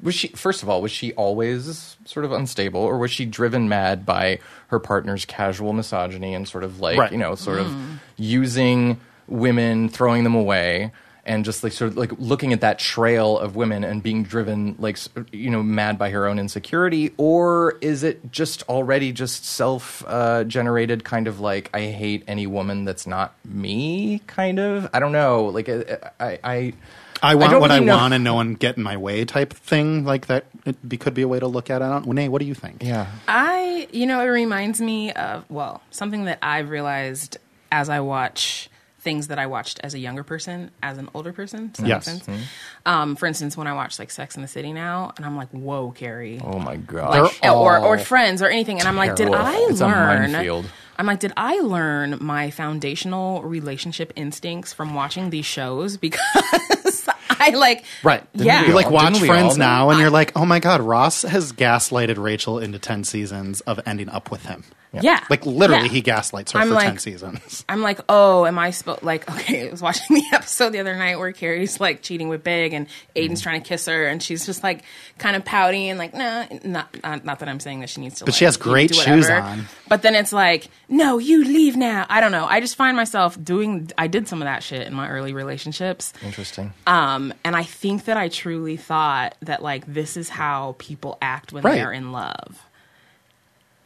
S1: was she? First of all, was she always sort of unstable, or was she driven mad by her partner's casual misogyny and sort of like,
S3: Right.
S1: you know, sort
S2: Mm.
S1: of using women, throwing them away. And just like sort of like looking at that trail of women and being driven like s- you know mad by her own insecurity, or is it just already just self uh, generated kind of like I hate any woman that's not me kind of I don't know like I I, I,
S3: I want
S1: don't
S3: what
S1: really
S3: I
S1: know-
S3: want and no one get in my way type thing. Like that it be, could be a way to look at it. I don't, Renee, what do you think?
S1: yeah
S2: I, you know, it reminds me of, well, something that I've realized as I watch things that I watched as a younger person, as an older person. Does that
S3: Yes.
S2: make sense? Um, for instance, when I watch like Sex in the City now, and I'm like, whoa, Carrie.
S1: oh my god
S3: They're
S2: or,
S3: all
S2: or friends or anything. And I'm like, did
S1: terrible.
S2: I
S1: It's a
S2: learn?
S1: minefield.
S2: I'm like, did I learn my foundational relationship instincts from watching these shows? (laughs) Because I like
S3: Right.
S2: Yeah.
S3: You like
S1: all-
S3: watch
S1: didn't we all
S3: Friends
S1: know?
S3: now and you're like, oh my God, Ross has gaslighted Rachel into 10 seasons of ending up with him.
S2: Yeah.
S3: Like literally,
S2: Yeah.
S3: he gaslights her
S2: I'm
S3: for
S2: like-
S3: 10 seasons.
S2: I'm like, oh, am I supposed like? (laughs) Okay, I was watching the episode the other night where Carrie's like cheating with Big, and
S3: Mm.
S2: Aiden's trying to kiss her, and she's just like kind of pouty and like, nah, not not, not that I'm saying that she needs to.
S3: But she has great shoes on.
S2: But then it's like, no, you leave now. I don't know. I just find myself doing. I did some of that shit in my early relationships.
S1: Interesting.
S2: Um, and I think that I truly thought that like this is how people act when
S3: Right.
S2: they're in love.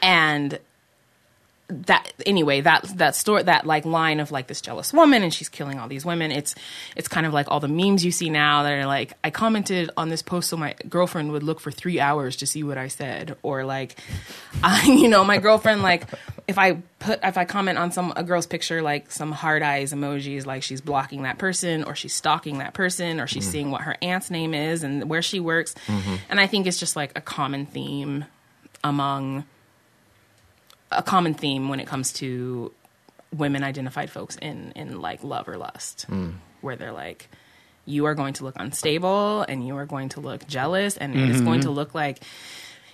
S2: And that anyway, that that story that like line of like this jealous woman and she's killing all these women, it's it's kind of like all the memes you see now that are like, I commented on this post so my girlfriend would look for three hours to see what I said, or like (laughs) I, you know, my girlfriend like if I put if I comment on some a girl's picture like some hard eyes emojis like she's blocking that person or she's stalking that person or she's seeing what her aunt's name is and where she works. And I think it's just like a common theme among a common theme when it comes to women identified folks in in like love or lust
S3: Hmm.
S2: where they're like you are going to look unstable and you are going to look jealous and it's going
S3: Mm-hmm.
S2: to look like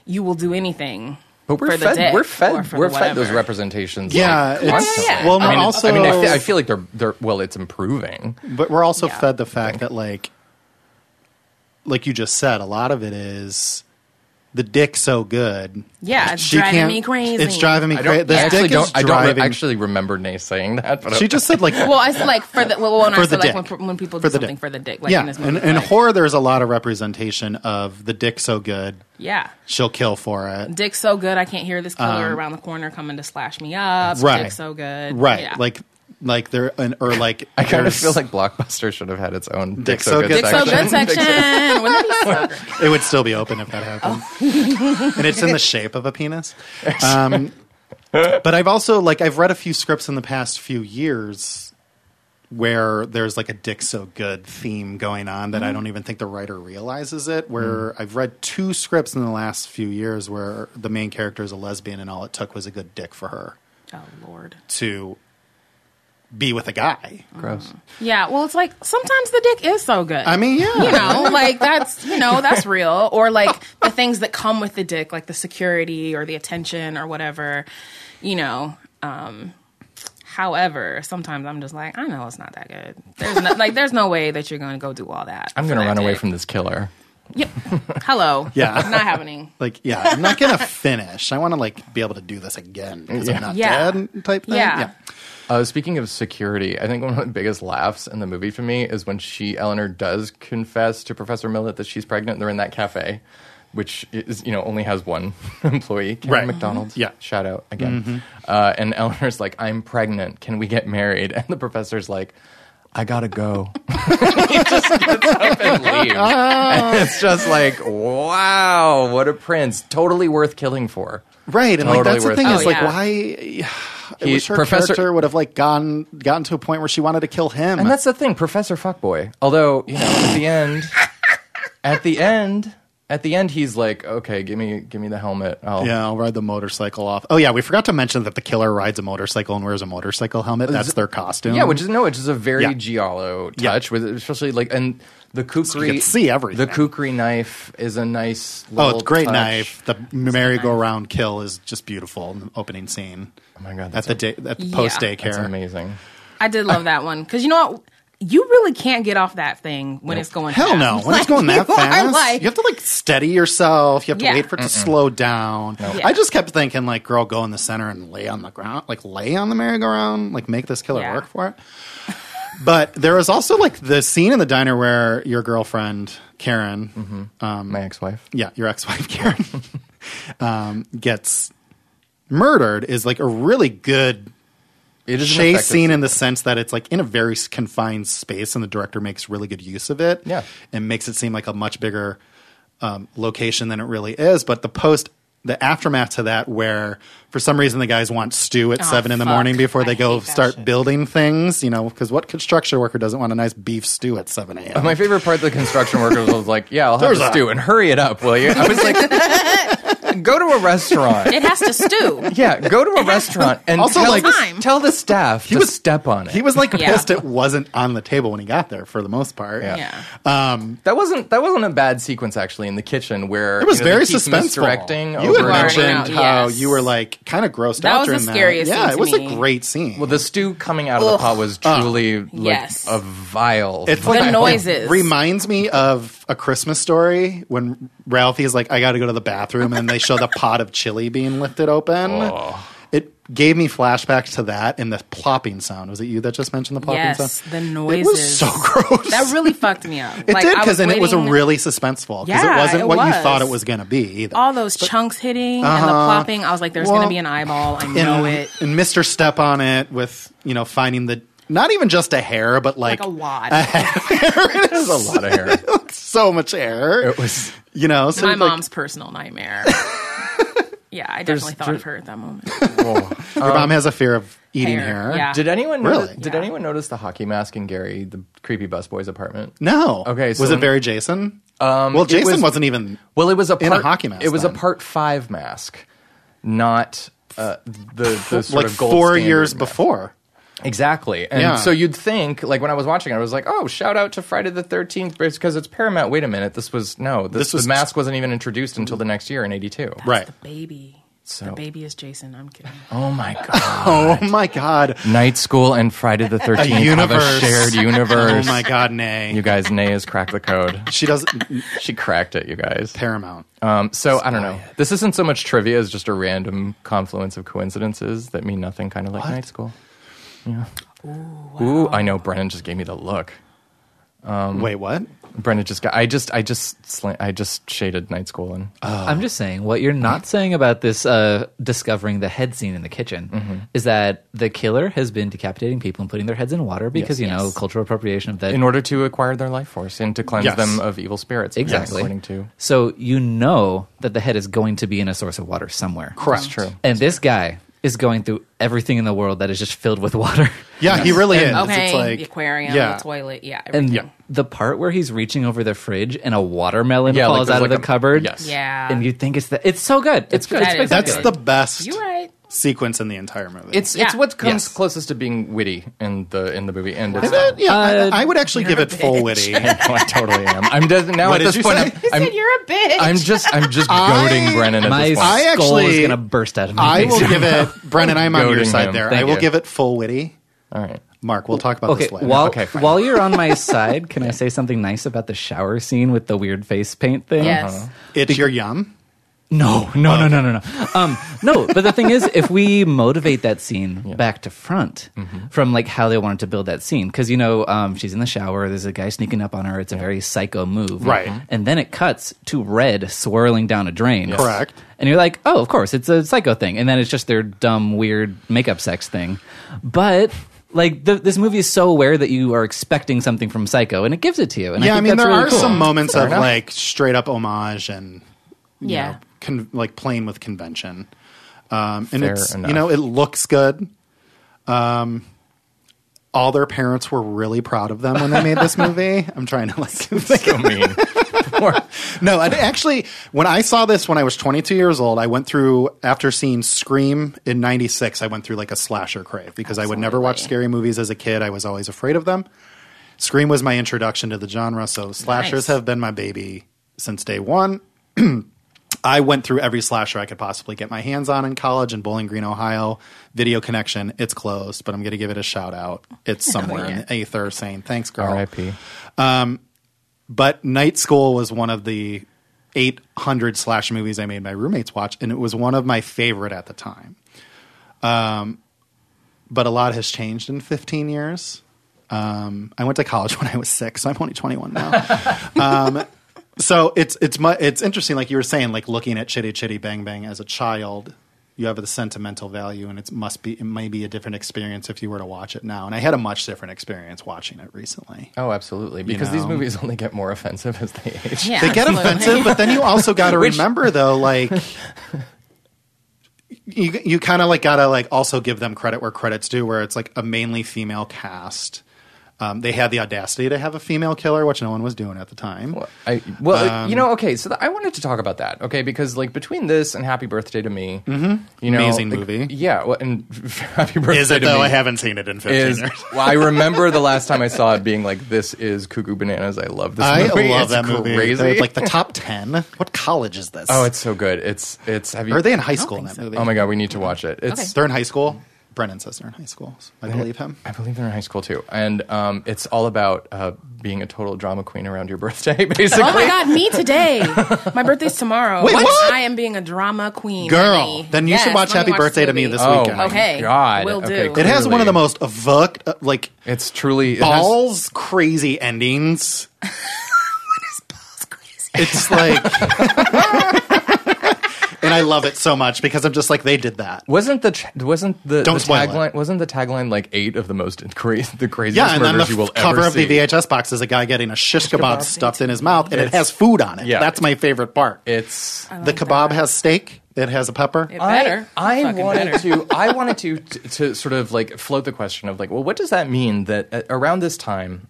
S2: you will do anything
S1: But we're
S2: for the
S1: fed.
S2: dick
S1: we're
S2: or
S1: fed.
S2: for
S1: We're
S2: the
S1: fed those
S2: whatever.
S1: representations.
S3: Yeah,
S1: like,
S3: it's-
S1: constantly.
S2: yeah.
S3: well,
S1: I mean,
S3: also-
S1: I, mean I, feel, I feel like they're they're well, it's improving.
S3: But we're also
S2: Yeah.
S3: fed the fact that, like, like you just said, a lot of it is the dick so good.
S2: Yeah, it's
S3: she
S2: driving
S3: can't-
S2: me crazy.
S3: It's driving me
S1: I don't.
S3: crazy. This
S1: I actually
S3: dick
S1: don't.
S3: is
S1: I
S3: driving.
S1: don't re- actually remember Nay saying that. But
S3: she just said like
S2: well, I s- like for the well, when
S3: For
S2: I
S3: the
S2: said like
S3: dick.
S2: when, pr- when people do
S3: For the
S2: something
S3: dick.
S2: for the dick, like
S3: yeah,
S2: in this
S3: and,
S2: movie,
S3: and
S2: like,
S3: horror. There's a lot of representation of the dick so good
S2: yeah,
S3: she'll kill for it.
S2: dick's so good, I can't hear this killer around the corner coming to slash me up.
S3: Um, Right.
S2: dick's so good,
S3: Right,
S2: Yeah.
S3: like like there and or like
S1: (laughs) I kind of
S3: there's-
S1: feel like Blockbuster should have had its own Dick,
S3: Dick
S1: so
S3: So
S1: good
S3: Good
S2: dick's so
S1: section. (laughs)
S2: good section. Wouldn't (laughs) that be so great?
S3: it would still be open if that happened.
S2: Oh.
S3: (laughs) and it's in the shape of
S1: (laughs)
S3: a penis. Um, but I've also like I've read a few scripts in the past few years where there's like a dick so good theme going on
S2: Mm-hmm.
S3: that I don't even think the writer realizes
S1: Mm.
S3: it. Where I've read two scripts in the last few years where the main character is a lesbian and all it took was a good dick for her
S2: Oh Lord.
S3: to be with a guy.
S1: Gross.
S2: Yeah. Well, it's like sometimes the dick is so good.
S3: I mean, yeah.
S2: you know, like that's
S3: (laughs)
S2: you know that's real. Or like the things that come with the dick, like the security or the attention or whatever. You know. Um, however, sometimes I'm just like, I know it's not that good. There's no, like there's no way that you're going to go do all that.
S1: I'm
S2: for
S1: gonna
S2: that
S1: run away
S2: dick.
S1: from this killer.
S2: Yep. Hello.
S3: (laughs) Yeah.
S2: Not happening.
S3: Like, yeah, I'm not gonna finish. I want to like be able to do this again because I'm not
S2: Yeah.
S3: dead type thing.
S2: Yeah.
S1: Uh, speaking of security, I think one of the biggest laughs in the movie for me is when she, Eleanor, does confess to Professor Millet that she's pregnant. and They're in that cafe, which is you know only has one (laughs) employee, Karen
S3: Right.
S1: McDonald.
S3: Yeah. Mm-hmm.
S1: shout out again. Uh, and Eleanor's like, "I'm pregnant. Can we get married?" (laughs) And the professor's like. I gotta go. (laughs) he just gets up and
S3: (laughs)
S1: leaves. And it's just like, wow, what a prince. Totally worth killing for.
S3: Right, and like
S1: Totally
S3: that's the
S1: worth
S3: thing
S1: it.
S3: is
S2: Oh,
S3: like
S2: yeah.
S3: why I
S1: He-
S3: wish her
S1: Professor-
S3: character would have like gone gotten to a point where she wanted to kill him.
S1: And that's the thing, Professor Fuckboy. Although, you know, at the end, at the end, at the end, he's like, "Okay, give me, give me the helmet." I'll,
S3: yeah, I'll ride the motorcycle off. Oh yeah, we forgot to mention that the killer rides a motorcycle and wears a motorcycle helmet. That's their costume.
S1: yeah, which is no, which is a very
S3: Yeah.
S1: giallo
S3: Yeah.
S1: touch with, especially like, and the kukri.
S3: you can see everything.
S1: The kukri knife is a nice.
S3: oh,
S1: Little
S3: it's great
S1: touch.
S3: knife. The merry-go-round kill is just beautiful in the opening scene
S1: Oh my god,
S3: at
S1: that's,
S3: the day at the
S2: Yeah.
S3: post
S1: that's
S3: daycare.
S1: amazing.
S2: I did love that one because you know what. You really can't get off that thing when it's going.
S3: Hell
S2: fast.
S3: no! When
S2: (laughs) Like,
S3: it's going that
S2: you are
S3: fast,
S2: like-
S3: you have to like steady yourself. You have to
S2: Yeah.
S3: wait for it to slow down.
S2: Yeah.
S3: I just kept thinking, like, girl, go in the center and lay on the ground, like lay on the merry-go-round, like make this killer
S2: Yeah.
S3: work for it. (laughs) But there was also like the scene in the diner where your girlfriend Karen, Um,
S1: My ex-wife.
S3: yeah, your ex-wife (laughs) Karen, um, gets murdered is like a really good
S1: It is an
S3: chase
S1: effective-
S3: scene in the sense that it's like in a very s- confined space and the director makes really good use of it
S1: Yeah.
S3: and makes it seem like a much bigger um, location than it really is but the post the aftermath to that where for some reason the guys want stew at
S2: Oh,
S3: seven in the
S2: fuck.
S3: morning before they
S2: I
S3: go
S2: hate that
S3: start
S2: shit.
S3: building things you know because what construction worker doesn't want a nice beef stew at 7
S1: (laughs)
S3: a.m
S1: My favorite part of the construction workers was like, "Yeah, I'll have
S3: There's
S1: this
S3: a-
S1: stew and hurry it up, will you?" I was like,
S3: (laughs)
S1: go to a restaurant.
S2: It has to stew.
S1: yeah, go (laughs) to a restaurant and
S3: Also,
S1: tell,
S3: like-
S1: the, tell the staff he to
S3: was-
S1: step on it.
S3: He was like (laughs)
S2: Yeah.
S3: pissed it wasn't on the table when he got there for the most part.
S2: Yeah.
S3: Um,
S1: That wasn't that wasn't a bad sequence actually in the kitchen where
S3: it was
S1: you know,
S3: very
S1: they keep
S3: suspenseful.
S1: misdirecting
S3: you
S1: over
S3: had
S1: and over.
S2: Right.
S3: mentioned how
S2: yes.
S3: you were like kind of grossed
S2: That
S3: out
S2: was the
S3: during that.
S2: scariest
S3: yeah,
S2: scene
S3: it
S2: to
S3: was
S2: me.
S3: a great scene.
S1: Well, the stew coming out of the pot was truly like
S2: Yes.
S1: a vile.
S3: It's
S1: vile-
S3: like
S2: The noises.
S3: reminds me of a Christmas story when Ralphie's like, I got to go to the bathroom, and they show the pot of chili being lifted open. It gave me flashbacks to that and the plopping sound. Was it you that just mentioned the plopping
S2: Yes,
S3: sound?
S2: the
S3: It
S2: noises.
S3: was so gross.
S2: That really fucked me up.
S3: it did
S2: I
S3: because then it was a
S2: waiting-
S3: really suspenseful because
S2: Yeah,
S3: it wasn't
S2: it
S3: what you
S2: was.
S3: thought it was going to be either.
S2: all those chunks hitting and the plopping. I was like, "There's
S3: Uh-huh. well,
S2: going to be an eyeball. I know it."
S3: And Mr. Step on it with you know finding the not even just a hair, but like,
S2: Like a wad.
S1: It was a lot of
S3: (laughs)
S1: hair.
S3: so much hair.
S1: It was.
S3: you know, so
S2: My
S3: like,
S2: mom's personal
S3: (laughs)
S2: nightmare. yeah, I definitely thought of her at that moment.
S1: Whoa.
S3: Your mom has a fear of eating hair.
S2: Hair, yeah.
S1: Did anyone really?
S3: Really?
S1: did
S2: Yeah.
S1: anyone notice the hockey mask in Gary the creepy busboy's apartment?
S3: No.
S1: Okay, so
S3: was it
S1: when-
S3: very Jason? Um, well, Jason
S1: was-
S3: was, not even.
S1: Well, it was a
S3: In a
S1: part,
S3: hockey mask,
S1: It was
S3: then.
S1: a part five mask, not uh, the the sort
S3: like
S1: of gold
S3: four
S1: standard
S3: years
S1: mask.
S3: before.
S1: Exactly. And
S3: Yeah.
S1: so you'd think, like when I was watching it, I was like, oh, shout out to Friday the 13th because it's Paramount. Wait a minute. This was, no, this,
S3: This was-
S1: the mask wasn't even introduced until the next year in 82.
S3: Right.
S2: The baby. The baby is Jason. I'm kidding.
S1: Oh (laughs) my God.
S3: Oh my god.
S1: Night School and Friday the 13th have a
S3: universe.
S1: shared
S3: Oh
S1: universe.
S3: my god, nay.
S1: You guys, Nay has cracked the code.
S3: she doesn't
S1: She cracked it, you guys.
S3: Paramount.
S1: Um, so I don't know. This isn't so much trivia as just a random confluence of coincidences that mean nothing, kind of like night school. Yeah. Ooh, I know. Brennan just gave me the look. Um,
S3: Wait, what?
S1: Brennan just got. I just. I just. Slant, I just shaded night school and.
S8: I'm just saying what you're
S1: Uh-huh.
S8: not saying about this uh, discovering the head scene in the kitchen
S1: Mm-hmm.
S8: is that the killer has been decapitating people and putting their heads in water because you know cultural appropriation of that.
S1: in order to acquire their life force and to cleanse
S3: Yes.
S1: them of evil spirits,
S8: Exactly.
S1: According to
S8: so you know that the head is going to be in a source of water somewhere.
S1: correct, true.
S8: And this guy is going through everything in the world that is just filled with water.
S3: Yeah, he really is.
S2: Okay,
S3: It's like
S2: the aquarium,
S3: yeah.
S2: the toilet, yeah,
S8: (laughs) And
S2: everything.
S8: the part where he's reaching over the fridge and a watermelon
S1: Yeah, like
S8: falls
S1: there's
S8: out of
S1: like
S8: the
S1: a-
S8: cupboard.
S1: yes.
S2: Yeah.
S8: And you think it's that. It's so good. It's good.
S2: That
S8: It's
S2: is
S8: spectacular.
S3: that's the best
S2: you right.
S3: sequence in the entire movie.
S1: It's it's
S2: Yeah.
S1: what comes
S8: Yes.
S1: closest to being witty in the in the movie, and
S3: Is
S1: it's
S3: it? Yeah,
S8: Uh,
S3: I, I would actually give it full
S1: (laughs)
S3: witty.
S1: No, I totally am. I'm just, now
S3: What
S1: at
S3: did
S1: this
S3: you
S1: point.
S3: say?
S1: I'm,
S3: You
S1: I'm,
S2: Dude, you're a bitch.
S1: I'm just I'm
S2: (laughs)
S1: just
S3: I-
S1: goading Brennan at
S8: My
S1: this point.
S3: I
S8: skull is
S3: actually-
S8: going to burst out of
S3: (laughs)
S8: my
S3: I
S8: face. (laughs)
S3: will give it Brennan, I'm on your
S1: Goading
S3: side
S1: him.
S3: there.
S1: Thank
S3: I will
S1: you.
S3: give it full witty.
S1: All right.
S3: Mark, we'll talk about
S8: Okay,
S3: this later.
S8: while,
S1: Okay, fine.
S8: while you're on
S3: (laughs)
S8: my side, can I say something nice about the shower scene with the weird face paint thing?
S2: Yes.
S3: Uh-huh. it's your yum.
S8: No, no, no, no, no, no. Um, no, but the thing is, if we motivate that scene back to front from like how they wanted to build that scene, because you know um, she's in the shower, there's a guy sneaking up on her. It's a very psycho move, Mm-hmm.
S3: Right.
S8: And then it cuts to red swirling down a drain,
S3: Correct.
S8: And you're like, oh, of course, it's a psycho thing, and then it's just their dumb, weird makeup sex thing, but. Like the, this movie is so aware that you are expecting something from Psycho, and it gives it to you. And
S3: yeah, I,
S8: think
S3: mean,
S8: that's
S3: there
S8: really
S3: are
S8: cool.
S3: some moments of
S1: enough.
S3: like straight up homage and you
S2: Yeah.
S3: know, con- like playing with convention. Um, and
S1: Fair
S3: it's
S1: enough.
S3: you know it looks good. Um, all their parents were really proud of them when they made
S1: (laughs)
S3: this movie. I'm trying to like think
S1: So mean. (laughs)
S3: no, and actually, when I saw this when I was 22 years old, I went through after seeing Scream in '96. I went through like a slasher crave because I would never watch scary movies as a kid. I was always afraid of them. Scream was my introduction to the genre, so slashers
S2: Nice.
S3: have been my baby since day one. (clears throat) I went through every slasher I could possibly get my hands on in college in Bowling Green, Ohio. Video Connection, it's closed, but I'm going to give it a shout out. It's somewhere in the ether saying, thanks, girl
S1: R.I.P.
S3: but Night School was one of the 800 slash movies I made my roommates watch, and it was one of my favorite at the time. Um, but a lot has changed in 15 years. Um, I went to college (laughs) when I was six, so I'm only 21 now. um, so it's it's mu- it's interesting, like you were saying, like looking at Chitty Chitty Bang Bang as a child, you have the sentimental value, and it must be it may be a different experience if you were to watch it now. And I had a much different experience watching it recently.
S1: Oh, absolutely. Because these
S3: know.
S1: movies only get more offensive as they age.
S2: yeah, (laughs)
S3: they get
S2: absolutely.
S3: offensive, but then you also got to remember though, like you you kind of like gotta like also give them credit where credits due, where it's like a mainly female cast. Um, they had the audacity to have a female killer, which no one was doing at the time.
S1: I, well, you
S3: Um,
S1: know, okay. So th- I wanted to talk about that, okay, because like between this and Happy Birthday to Me, you know,
S3: Mm-hmm. Amazing
S1: like,
S3: movie.
S1: yeah, well, and (laughs) Happy Birthday
S3: Is it
S1: to
S3: though?
S1: Me
S3: I haven't seen it in 15
S1: is
S3: years.
S1: (laughs) well,
S3: (laughs)
S1: I remember the last time I saw it being like, "This is Cuckoo Bananas." I love this.
S3: I
S1: movie.
S3: love
S1: It's
S3: that movie.
S1: Crazy,
S3: They're, like the top 10. What college is this?
S1: oh, it's so good. It's it's. Have you?
S3: Are they in high school in that movie?
S1: Oh my god, we need to watch it. It's.
S3: They're in high school. Brennan says they're in high school. so I believe him.
S1: I believe they're in high school too, and um, it's all about uh, being a total drama queen around your birthday, (laughs) basically.
S2: Oh my god, me today.
S3: (laughs)
S2: My birthday's tomorrow.
S3: Wait, what?
S2: I am being a drama queen.
S3: Girl,
S2: honey.
S3: then you should
S2: Yes,
S3: watch
S2: let
S3: Happy
S2: watch
S3: Birthday
S2: this
S3: to Me
S2: movie.
S3: this
S1: Oh
S3: weekend.
S1: my
S2: Okay.
S1: god,
S2: Will do.
S1: Okay,
S2: It
S3: It has one of the
S1: clearly.
S3: most evoked, uh, like
S1: It's truly it has-
S3: balls
S1: (laughs)
S3: crazy endings. It's like, (laughs) and I love it so much because I'm just like they did that.
S1: Wasn't the ch- wasn't the,
S3: Don't
S1: the
S3: spoil it.
S1: tagline wasn't the tagline like eight of the most (laughs) cra- the craziest
S3: Yeah, and then the
S1: murders you will
S3: f- cover
S1: ever
S3: of the
S1: see?
S3: VHS box is a guy getting a shish kebab stuffed in his mouth, and it has food on it.
S1: Yeah.
S3: That's my favorite part.
S1: It's
S3: the kebab has steak. It has a pepper.
S2: It Uh, better.
S1: I, I
S2: Fucking
S1: wanted
S2: better.
S1: to. I wanted to, to to sort of like float the question of like, well, what does that mean that uh, around this time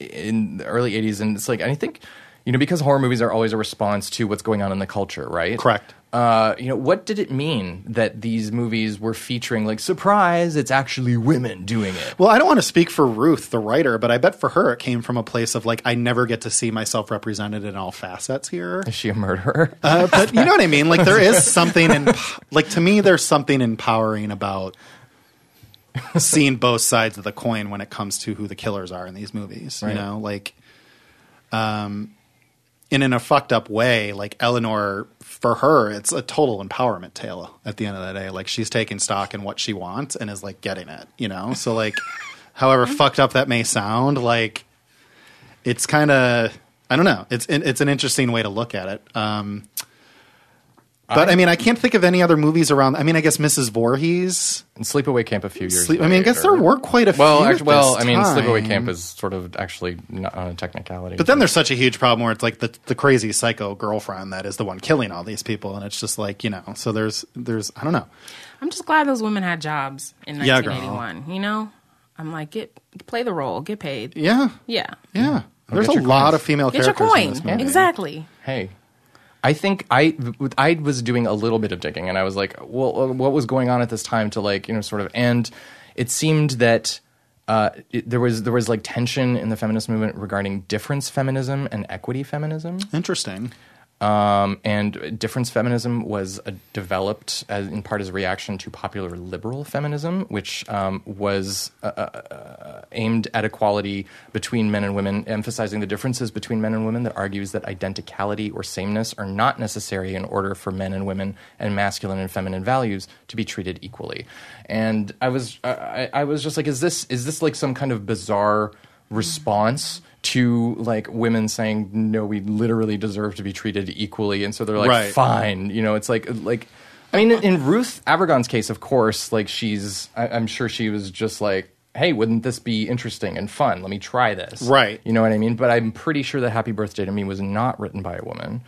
S1: in the early '80s, and it's like, and I think you know because horror movies are always a response to what's going on in the culture, right?
S3: Correct.
S1: Uh, you know, what did it mean that these movies were featuring like surprise? It's actually women doing it.
S3: Well, I don't want to speak for Ruth, the writer, but I bet for her it came from a place of like, I never get to see myself represented in all facets here.
S1: Is she a murderer? (laughs)
S3: Uh, but you know what I mean? Like, there is something, in, like, to me, there's something empowering about seeing both sides of the coin when it comes to who the killers are in these movies. You
S1: Right.
S3: know, like, um, and in a fucked up way, like, Eleanor, for her, it's a total empowerment tale at the end of the day. Like, she's taking stock in what she wants and is, like, getting it, you know? So, like, however fucked up that may sound, like, it's kind of I don't know. It's it's an interesting way to look at it. Um, but I, mean, I can't think of any other movies around. I mean, I guess Mrs. Voorhees.
S1: And Sleepaway Camp a few years.
S3: Sleep, I mean, I guess there
S1: later.
S3: were quite a
S1: Well,
S3: few.
S1: act-
S3: at
S1: well,
S3: this
S1: I mean, Sleepaway
S3: time.
S1: Camp is sort of actually not on a technicality.
S3: But then there's such a huge problem where it's like the the crazy psycho girlfriend that is the one killing all these people, and it's just like you know. So there's there's I don't know.
S2: I'm just glad those women had jobs in
S3: Yeah, girl.
S2: 1981. You know, I'm like, get play the role, get paid.
S3: Yeah,
S2: Yeah,
S3: yeah. There's a
S1: get your
S3: lot
S1: coins.
S3: of female
S2: get your
S3: characters in
S2: coin.
S3: this movie.
S2: Exactly.
S1: hey i think i i was doing a little bit of digging and i was like well uh, what was going on at this time to like you know sort of and it seemed that uh, it, there was there was like tension in the feminist movement regarding difference feminism and equity feminism,
S3: Interesting.
S1: um, and difference feminism was uh, developed as, in part as a reaction to popular liberal feminism, which um, was uh, aimed at equality between men and women, emphasizing the differences between men and women that argues that identicality or sameness are not necessary in order for men and women and masculine and feminine values to be treated equally. And I was I, I- I was just like, is this is this like some kind of bizarre response? To like women saying no, we literally deserve to be treated equally, and so they're like,
S3: Right.
S1: fine, you know. It's like like, I mean, in, in Ruth Avergon's case, of course, like she's, I, I'm sure she was just like, hey, wouldn't this be interesting and fun? Let me try this,
S3: Right.
S1: You know what I mean? But I'm pretty sure that Happy Birthday to Me was not written by a woman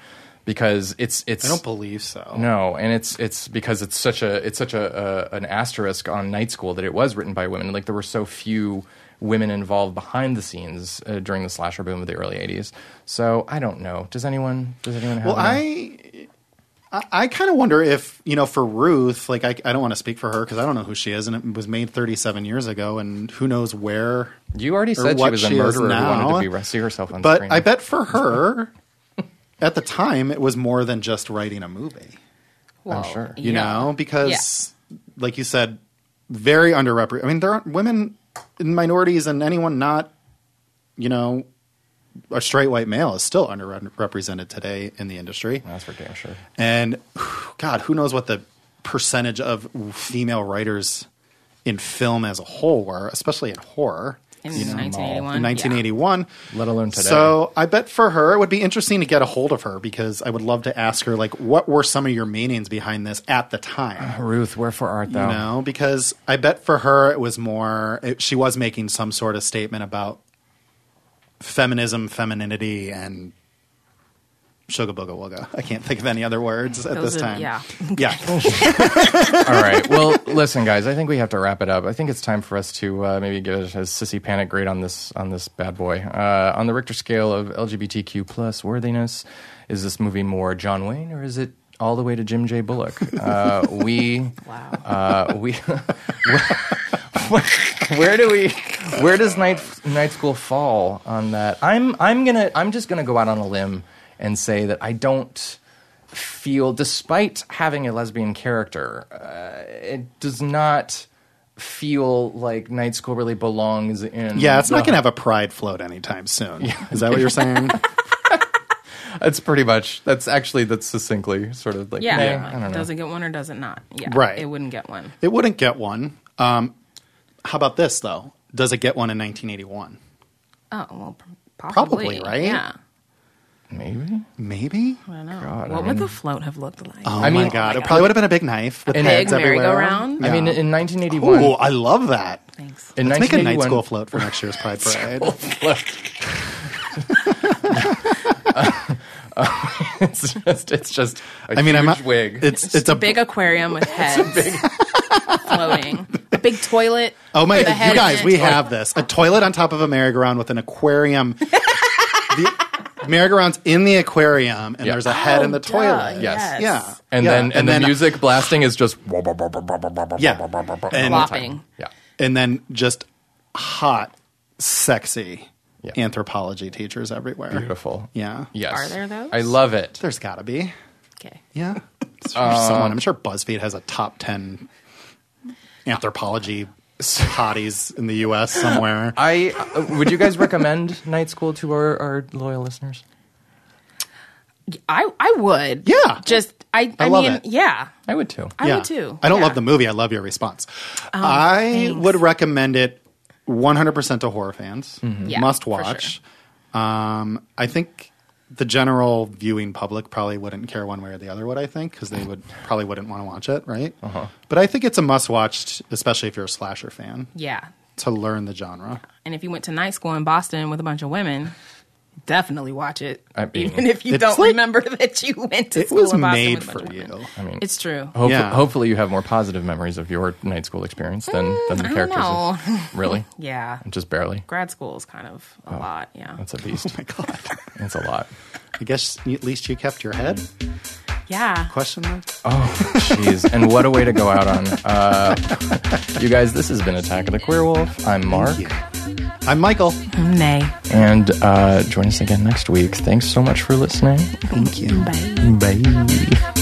S1: because it's it's
S3: I don't believe so.
S1: no, and it's it's because it's such a it's such a, a an asterisk on Night School that it was written by women. Like there were so few women involved behind the scenes uh, during the slasher boom of the early 80s. So I don't know. Does anyone does anyone have
S3: Well,
S1: any-
S3: I I, I kind of wonder if you know for Ruth, like I, I don't want to speak for her because I don't know who she is, and it was made 37 years ago, and who knows where.
S1: You already
S3: or
S1: said she
S3: what
S1: was a
S3: she is
S1: murderer who wanted
S3: now.
S1: to be re- see herself on
S3: but
S1: screen.
S3: I bet for her, at the time, it was more than just writing a movie.
S2: Well,
S1: sure.
S3: You
S2: yeah.
S3: know, because like you said, very underrepresented. I mean, there aren't women, and minorities, and anyone not, you know. A straight white male is still underrepresented today in the industry.
S1: that's for damn sure.
S3: And (sighs) God, who knows what the percentage of female writers in film as a whole were, especially in horror
S2: in
S1: you know,
S2: 1981.
S3: in
S2: yeah.
S3: 1981.
S1: Let alone today.
S3: So I bet for her, it would be interesting to get a hold of her because I would love to ask her, like, what were some of your meanings behind this at the time?
S1: Ruth, wherefore art
S3: You
S1: thou?
S3: know, because I bet for her it was more, it, she was making some sort of statement about feminism, femininity, and Shugga Booga Wugga. I can't think of any other words at
S2: Those
S3: this
S2: are-
S3: time. Uh,
S2: yeah.
S3: Yeah.
S1: All (laughs) right. Well, listen, guys. I think we have to wrap it up. I think it's time for us to uh, maybe give it a sissy panic grade on this on this bad boy. Uh, on the Richter scale of LGBTQ plus worthiness, is this movie more John Wayne or is it all the way to Jim J. Bullock? Uh, we
S2: Wow.
S1: Uh, we (laughs) where, where do we? Where does night night school fall on that? I'm I'm gonna I'm just gonna go out on a limb and say that I don't feel, despite having a lesbian character, uh, it does not feel like Night School really belongs in.
S3: Yeah, it's not
S1: the-
S3: going to have a pride float anytime soon. Is that what you're saying?
S1: That's pretty much. That's actually that's succinctly sort of like.
S2: Yeah,
S1: Yeah,
S2: like,
S1: I don't know.
S2: does it get one or does it not? Yeah,
S3: Right.
S2: It wouldn't get one.
S3: it wouldn't get one. Um, how about this, though? Does it get one in 1981?
S2: Oh well, p-
S3: Probably,
S2: probably,
S3: right?
S2: Yeah,
S1: Maybe.
S3: Maybe?
S2: I don't know.
S1: God,
S2: what
S1: I
S2: would
S1: mean-
S2: the float have looked like?
S3: Oh,
S1: I mean-
S3: my God.
S2: Oh
S3: It
S2: my
S3: probably would have been a big knife with
S1: An
S3: heads
S2: Big
S3: everywhere.
S2: merry-go-round?
S1: I mean, in
S3: Yeah.
S1: 1981.
S3: Ooh, I love that.
S2: Thanks.
S1: in
S3: Let's make a night
S1: 1981
S3: school float for next year's (laughs) Pride Parade.
S1: (laughs) it's just it's just. I
S3: I mean, I'm
S1: huge
S3: not,
S1: wig.
S3: It's it's,
S2: It's
S3: a
S2: a big aquarium with heads (laughs) floating. A big toilet.
S3: Oh my!
S2: with a head
S3: You
S2: in
S3: guys,
S2: it.
S3: we have this: a toilet on top of a merry-go-round with an
S2: (laughs)
S3: aquarium. the merry-go-round's in the aquarium, and
S1: Yeah.
S3: there's a head in the
S2: Oh, duh,
S3: toilet.
S1: Yes.
S3: Yeah,
S1: and
S3: yeah.
S1: then and, the
S3: then uh,
S1: music blasting is just
S3: Yeah, and
S2: Flopping.
S1: yeah.
S3: and then just hot, sexy
S1: Yeah.
S3: anthropology teachers everywhere.
S1: Beautiful.
S3: Yeah,
S1: Yes.
S2: Are there those?
S1: I love it.
S3: There's got to be.
S2: Okay.
S3: Yeah, (laughs) It's for someone. I'm sure BuzzFeed has a top ten anthropology hotties in the U.S. somewhere.
S1: I uh, would you guys recommend Night School to our, our loyal listeners?
S2: I I would.
S3: Yeah.
S2: Just I I,
S3: I love
S2: mean
S3: it.
S2: yeah.
S1: I would too.
S2: I would too.
S3: I don't
S2: Yeah. Um,
S3: love the movie. I love your response. I would recommend it 100% to horror fans.
S2: Yeah,
S3: Must
S2: for
S3: watch. Um, I think the general viewing public probably wouldn't care one way or the other what I think because they would probably wouldn't want to watch it, right?
S2: Uh-huh.
S3: But I think it's a must watch, especially if you're a slasher fan,
S2: Yeah.
S3: to learn the genre.
S2: And if you went to night school in Boston with a bunch of women, definitely watch it.
S1: I mean,
S2: even if you
S3: it's
S2: don't
S3: like-
S2: remember (laughs) that you went to
S3: It
S2: school
S3: was
S2: in Boston
S3: made
S2: with a bunch
S3: for
S2: of women.
S3: you.
S1: I mean,
S2: It's true.
S1: hopefully,
S3: Yeah.
S1: hopefully you have more positive memories of your Night School experience than than the
S2: Mm, I don't
S1: characters.
S2: know. (laughs)
S1: of- really?
S2: Yeah.
S1: Just barely.
S2: Grad school is kind of a lot. Yeah.
S1: Oh, That's a beast.
S3: (laughs) My God.
S1: That's a lot.
S3: I guess at least you kept your head?
S2: yeah.
S3: Question mark?
S1: Jeez, and what a way to go out on. Uh, (laughs) you guys, this has been Attack of the Queer Wolf. I'm Mark,
S3: I'm Michael.
S2: Nay.
S1: and uh, join us again next week. Thanks so much for listening.
S3: Thank you.
S1: Bye.